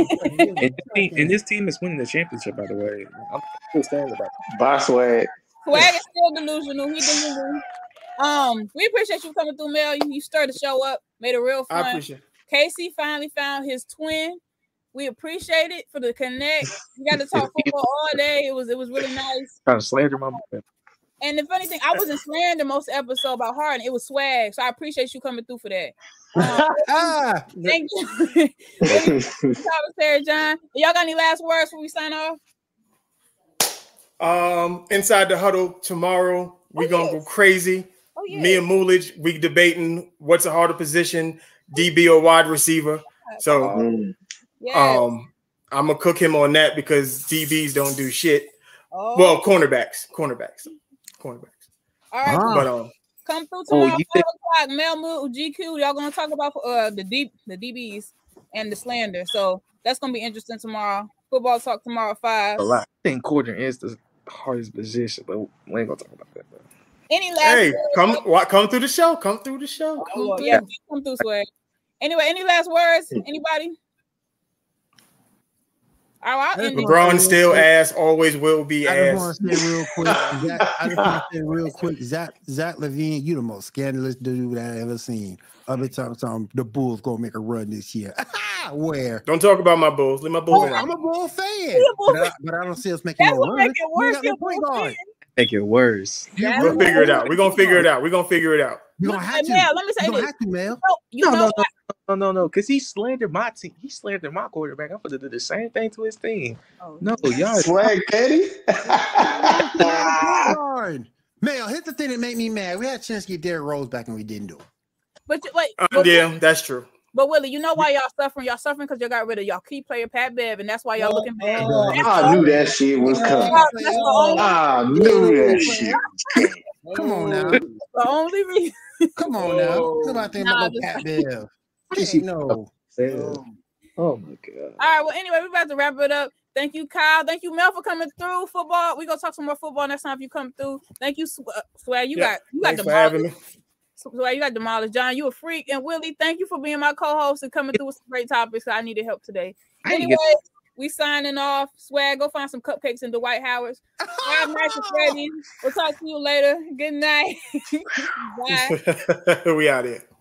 this, team, and this team is winning the championship, by the way. I'm still standing about it.
by swag.
Swag is still delusional. He delusional. Um, we appreciate you coming through, Mel. You, you stirred the show up, made it real
I
fun.
appreciate.
Casey finally found his twin. We appreciate it for the connect. We got to talk football all day. It was it was really nice.
Trying to slander my man.
And the funny thing, I wasn't slandering most episode about Harden. It was swag. So I appreciate you coming through for that. Um,
ah,
thank you, Sarah John. Y'all got any last words before we sign off?
Um, inside the huddle tomorrow, we
Oh,
gonna
yes.
go crazy.
Oh yeah.
Me and Moolage, we debating what's a harder position, DB or wide receiver.
Oh,
So
Mm.
yeah.
um, I'm gonna cook him on that because DBs don't do shit.
oh,
Well, cornerbacks, cornerbacks, cornerbacks.
all right.
Ah.
But um,
Come through
Oh,
tomorrow,
you
five o'clock. Mel Mood, GQ. Y'all gonna talk about uh the deep the DBs and the slander. So that's gonna be interesting tomorrow. Football talk tomorrow at five.
A lot. I think quarter is the hardest position, but we ain't gonna talk about that. Bro.
Any last
hey,
words?
come, wa- come through the show. Come through the show.
Oh,
Come
Lord,
through.
yeah, do come through swag. Anyway, any last words?
Hmm.
Anybody? All right, I'll end it.
LeBron still ass, always will be
I just
ass.
want to say real quick. Zach, I just want to say real quick. Zach, Zach Levine, you the most scandalous dude I ever seen. Other times, um, the Bulls gonna make a run this year. Where?
Don't talk about my Bulls. Leave my Bulls
Oh,
alone.
I'm a Bull fan,
a Bull
but I, but I don't see us making
That's
no
what
run.
make it
We
worse.
got
You're
no
a
point
Bulls
guard.
fan.
Make it worse.
You
That's
We'll
really-
figure it out. We're gonna figure it out. We're gonna figure it out.
You gonna
Look,
have to.
Mel, let me
You
say
gonna
this.
have to, Mel.
No, you
No,
know
no,
what?
No, no, no, because he slandered my team. He slandered my quarterback. I'm gonna do the same thing to his team.
Oh,
No, y'all.
Swag Petty.
Point guard. Mel, here's the thing that made me mad. We had a chance to get Derrick Rose back and we didn't do it.
But you- wait,
Uh,
but,
yeah, that's true.
but Willie, you know why y'all suffering? Y'all suffering because y'all got rid of y'all key player Pat Bev, and that's why y'all looking bad.
Oh,
I knew that shit was coming.
Y'all- that's the only,
I knew that shit was coming.
Come on now.
the only reason.
Come on now. Come out there and
Nah,
look
just-
at Bill. Hey,
Oh
no.
my god.
All right. Well, anyway, we're about to wrap it up. Thank you, Kyle. Thank you, Mel, for coming through. Football. We're gonna talk some more football next time if you come through. Thank you, Sw- uh, Swag. You
Yeah,
got you got
Thanks for having
demolished.
me.
Swag, you got demolished. John, you a freak. And Willie, thank you for being my co-host and coming through with some great topics. I needed help today.
I ain't
Anyway, we signing off. Swag, go find some cupcakes in Dwight Howard's. Have nice and Freddy. We'll talk to you later. Good night. Bye.
we out here.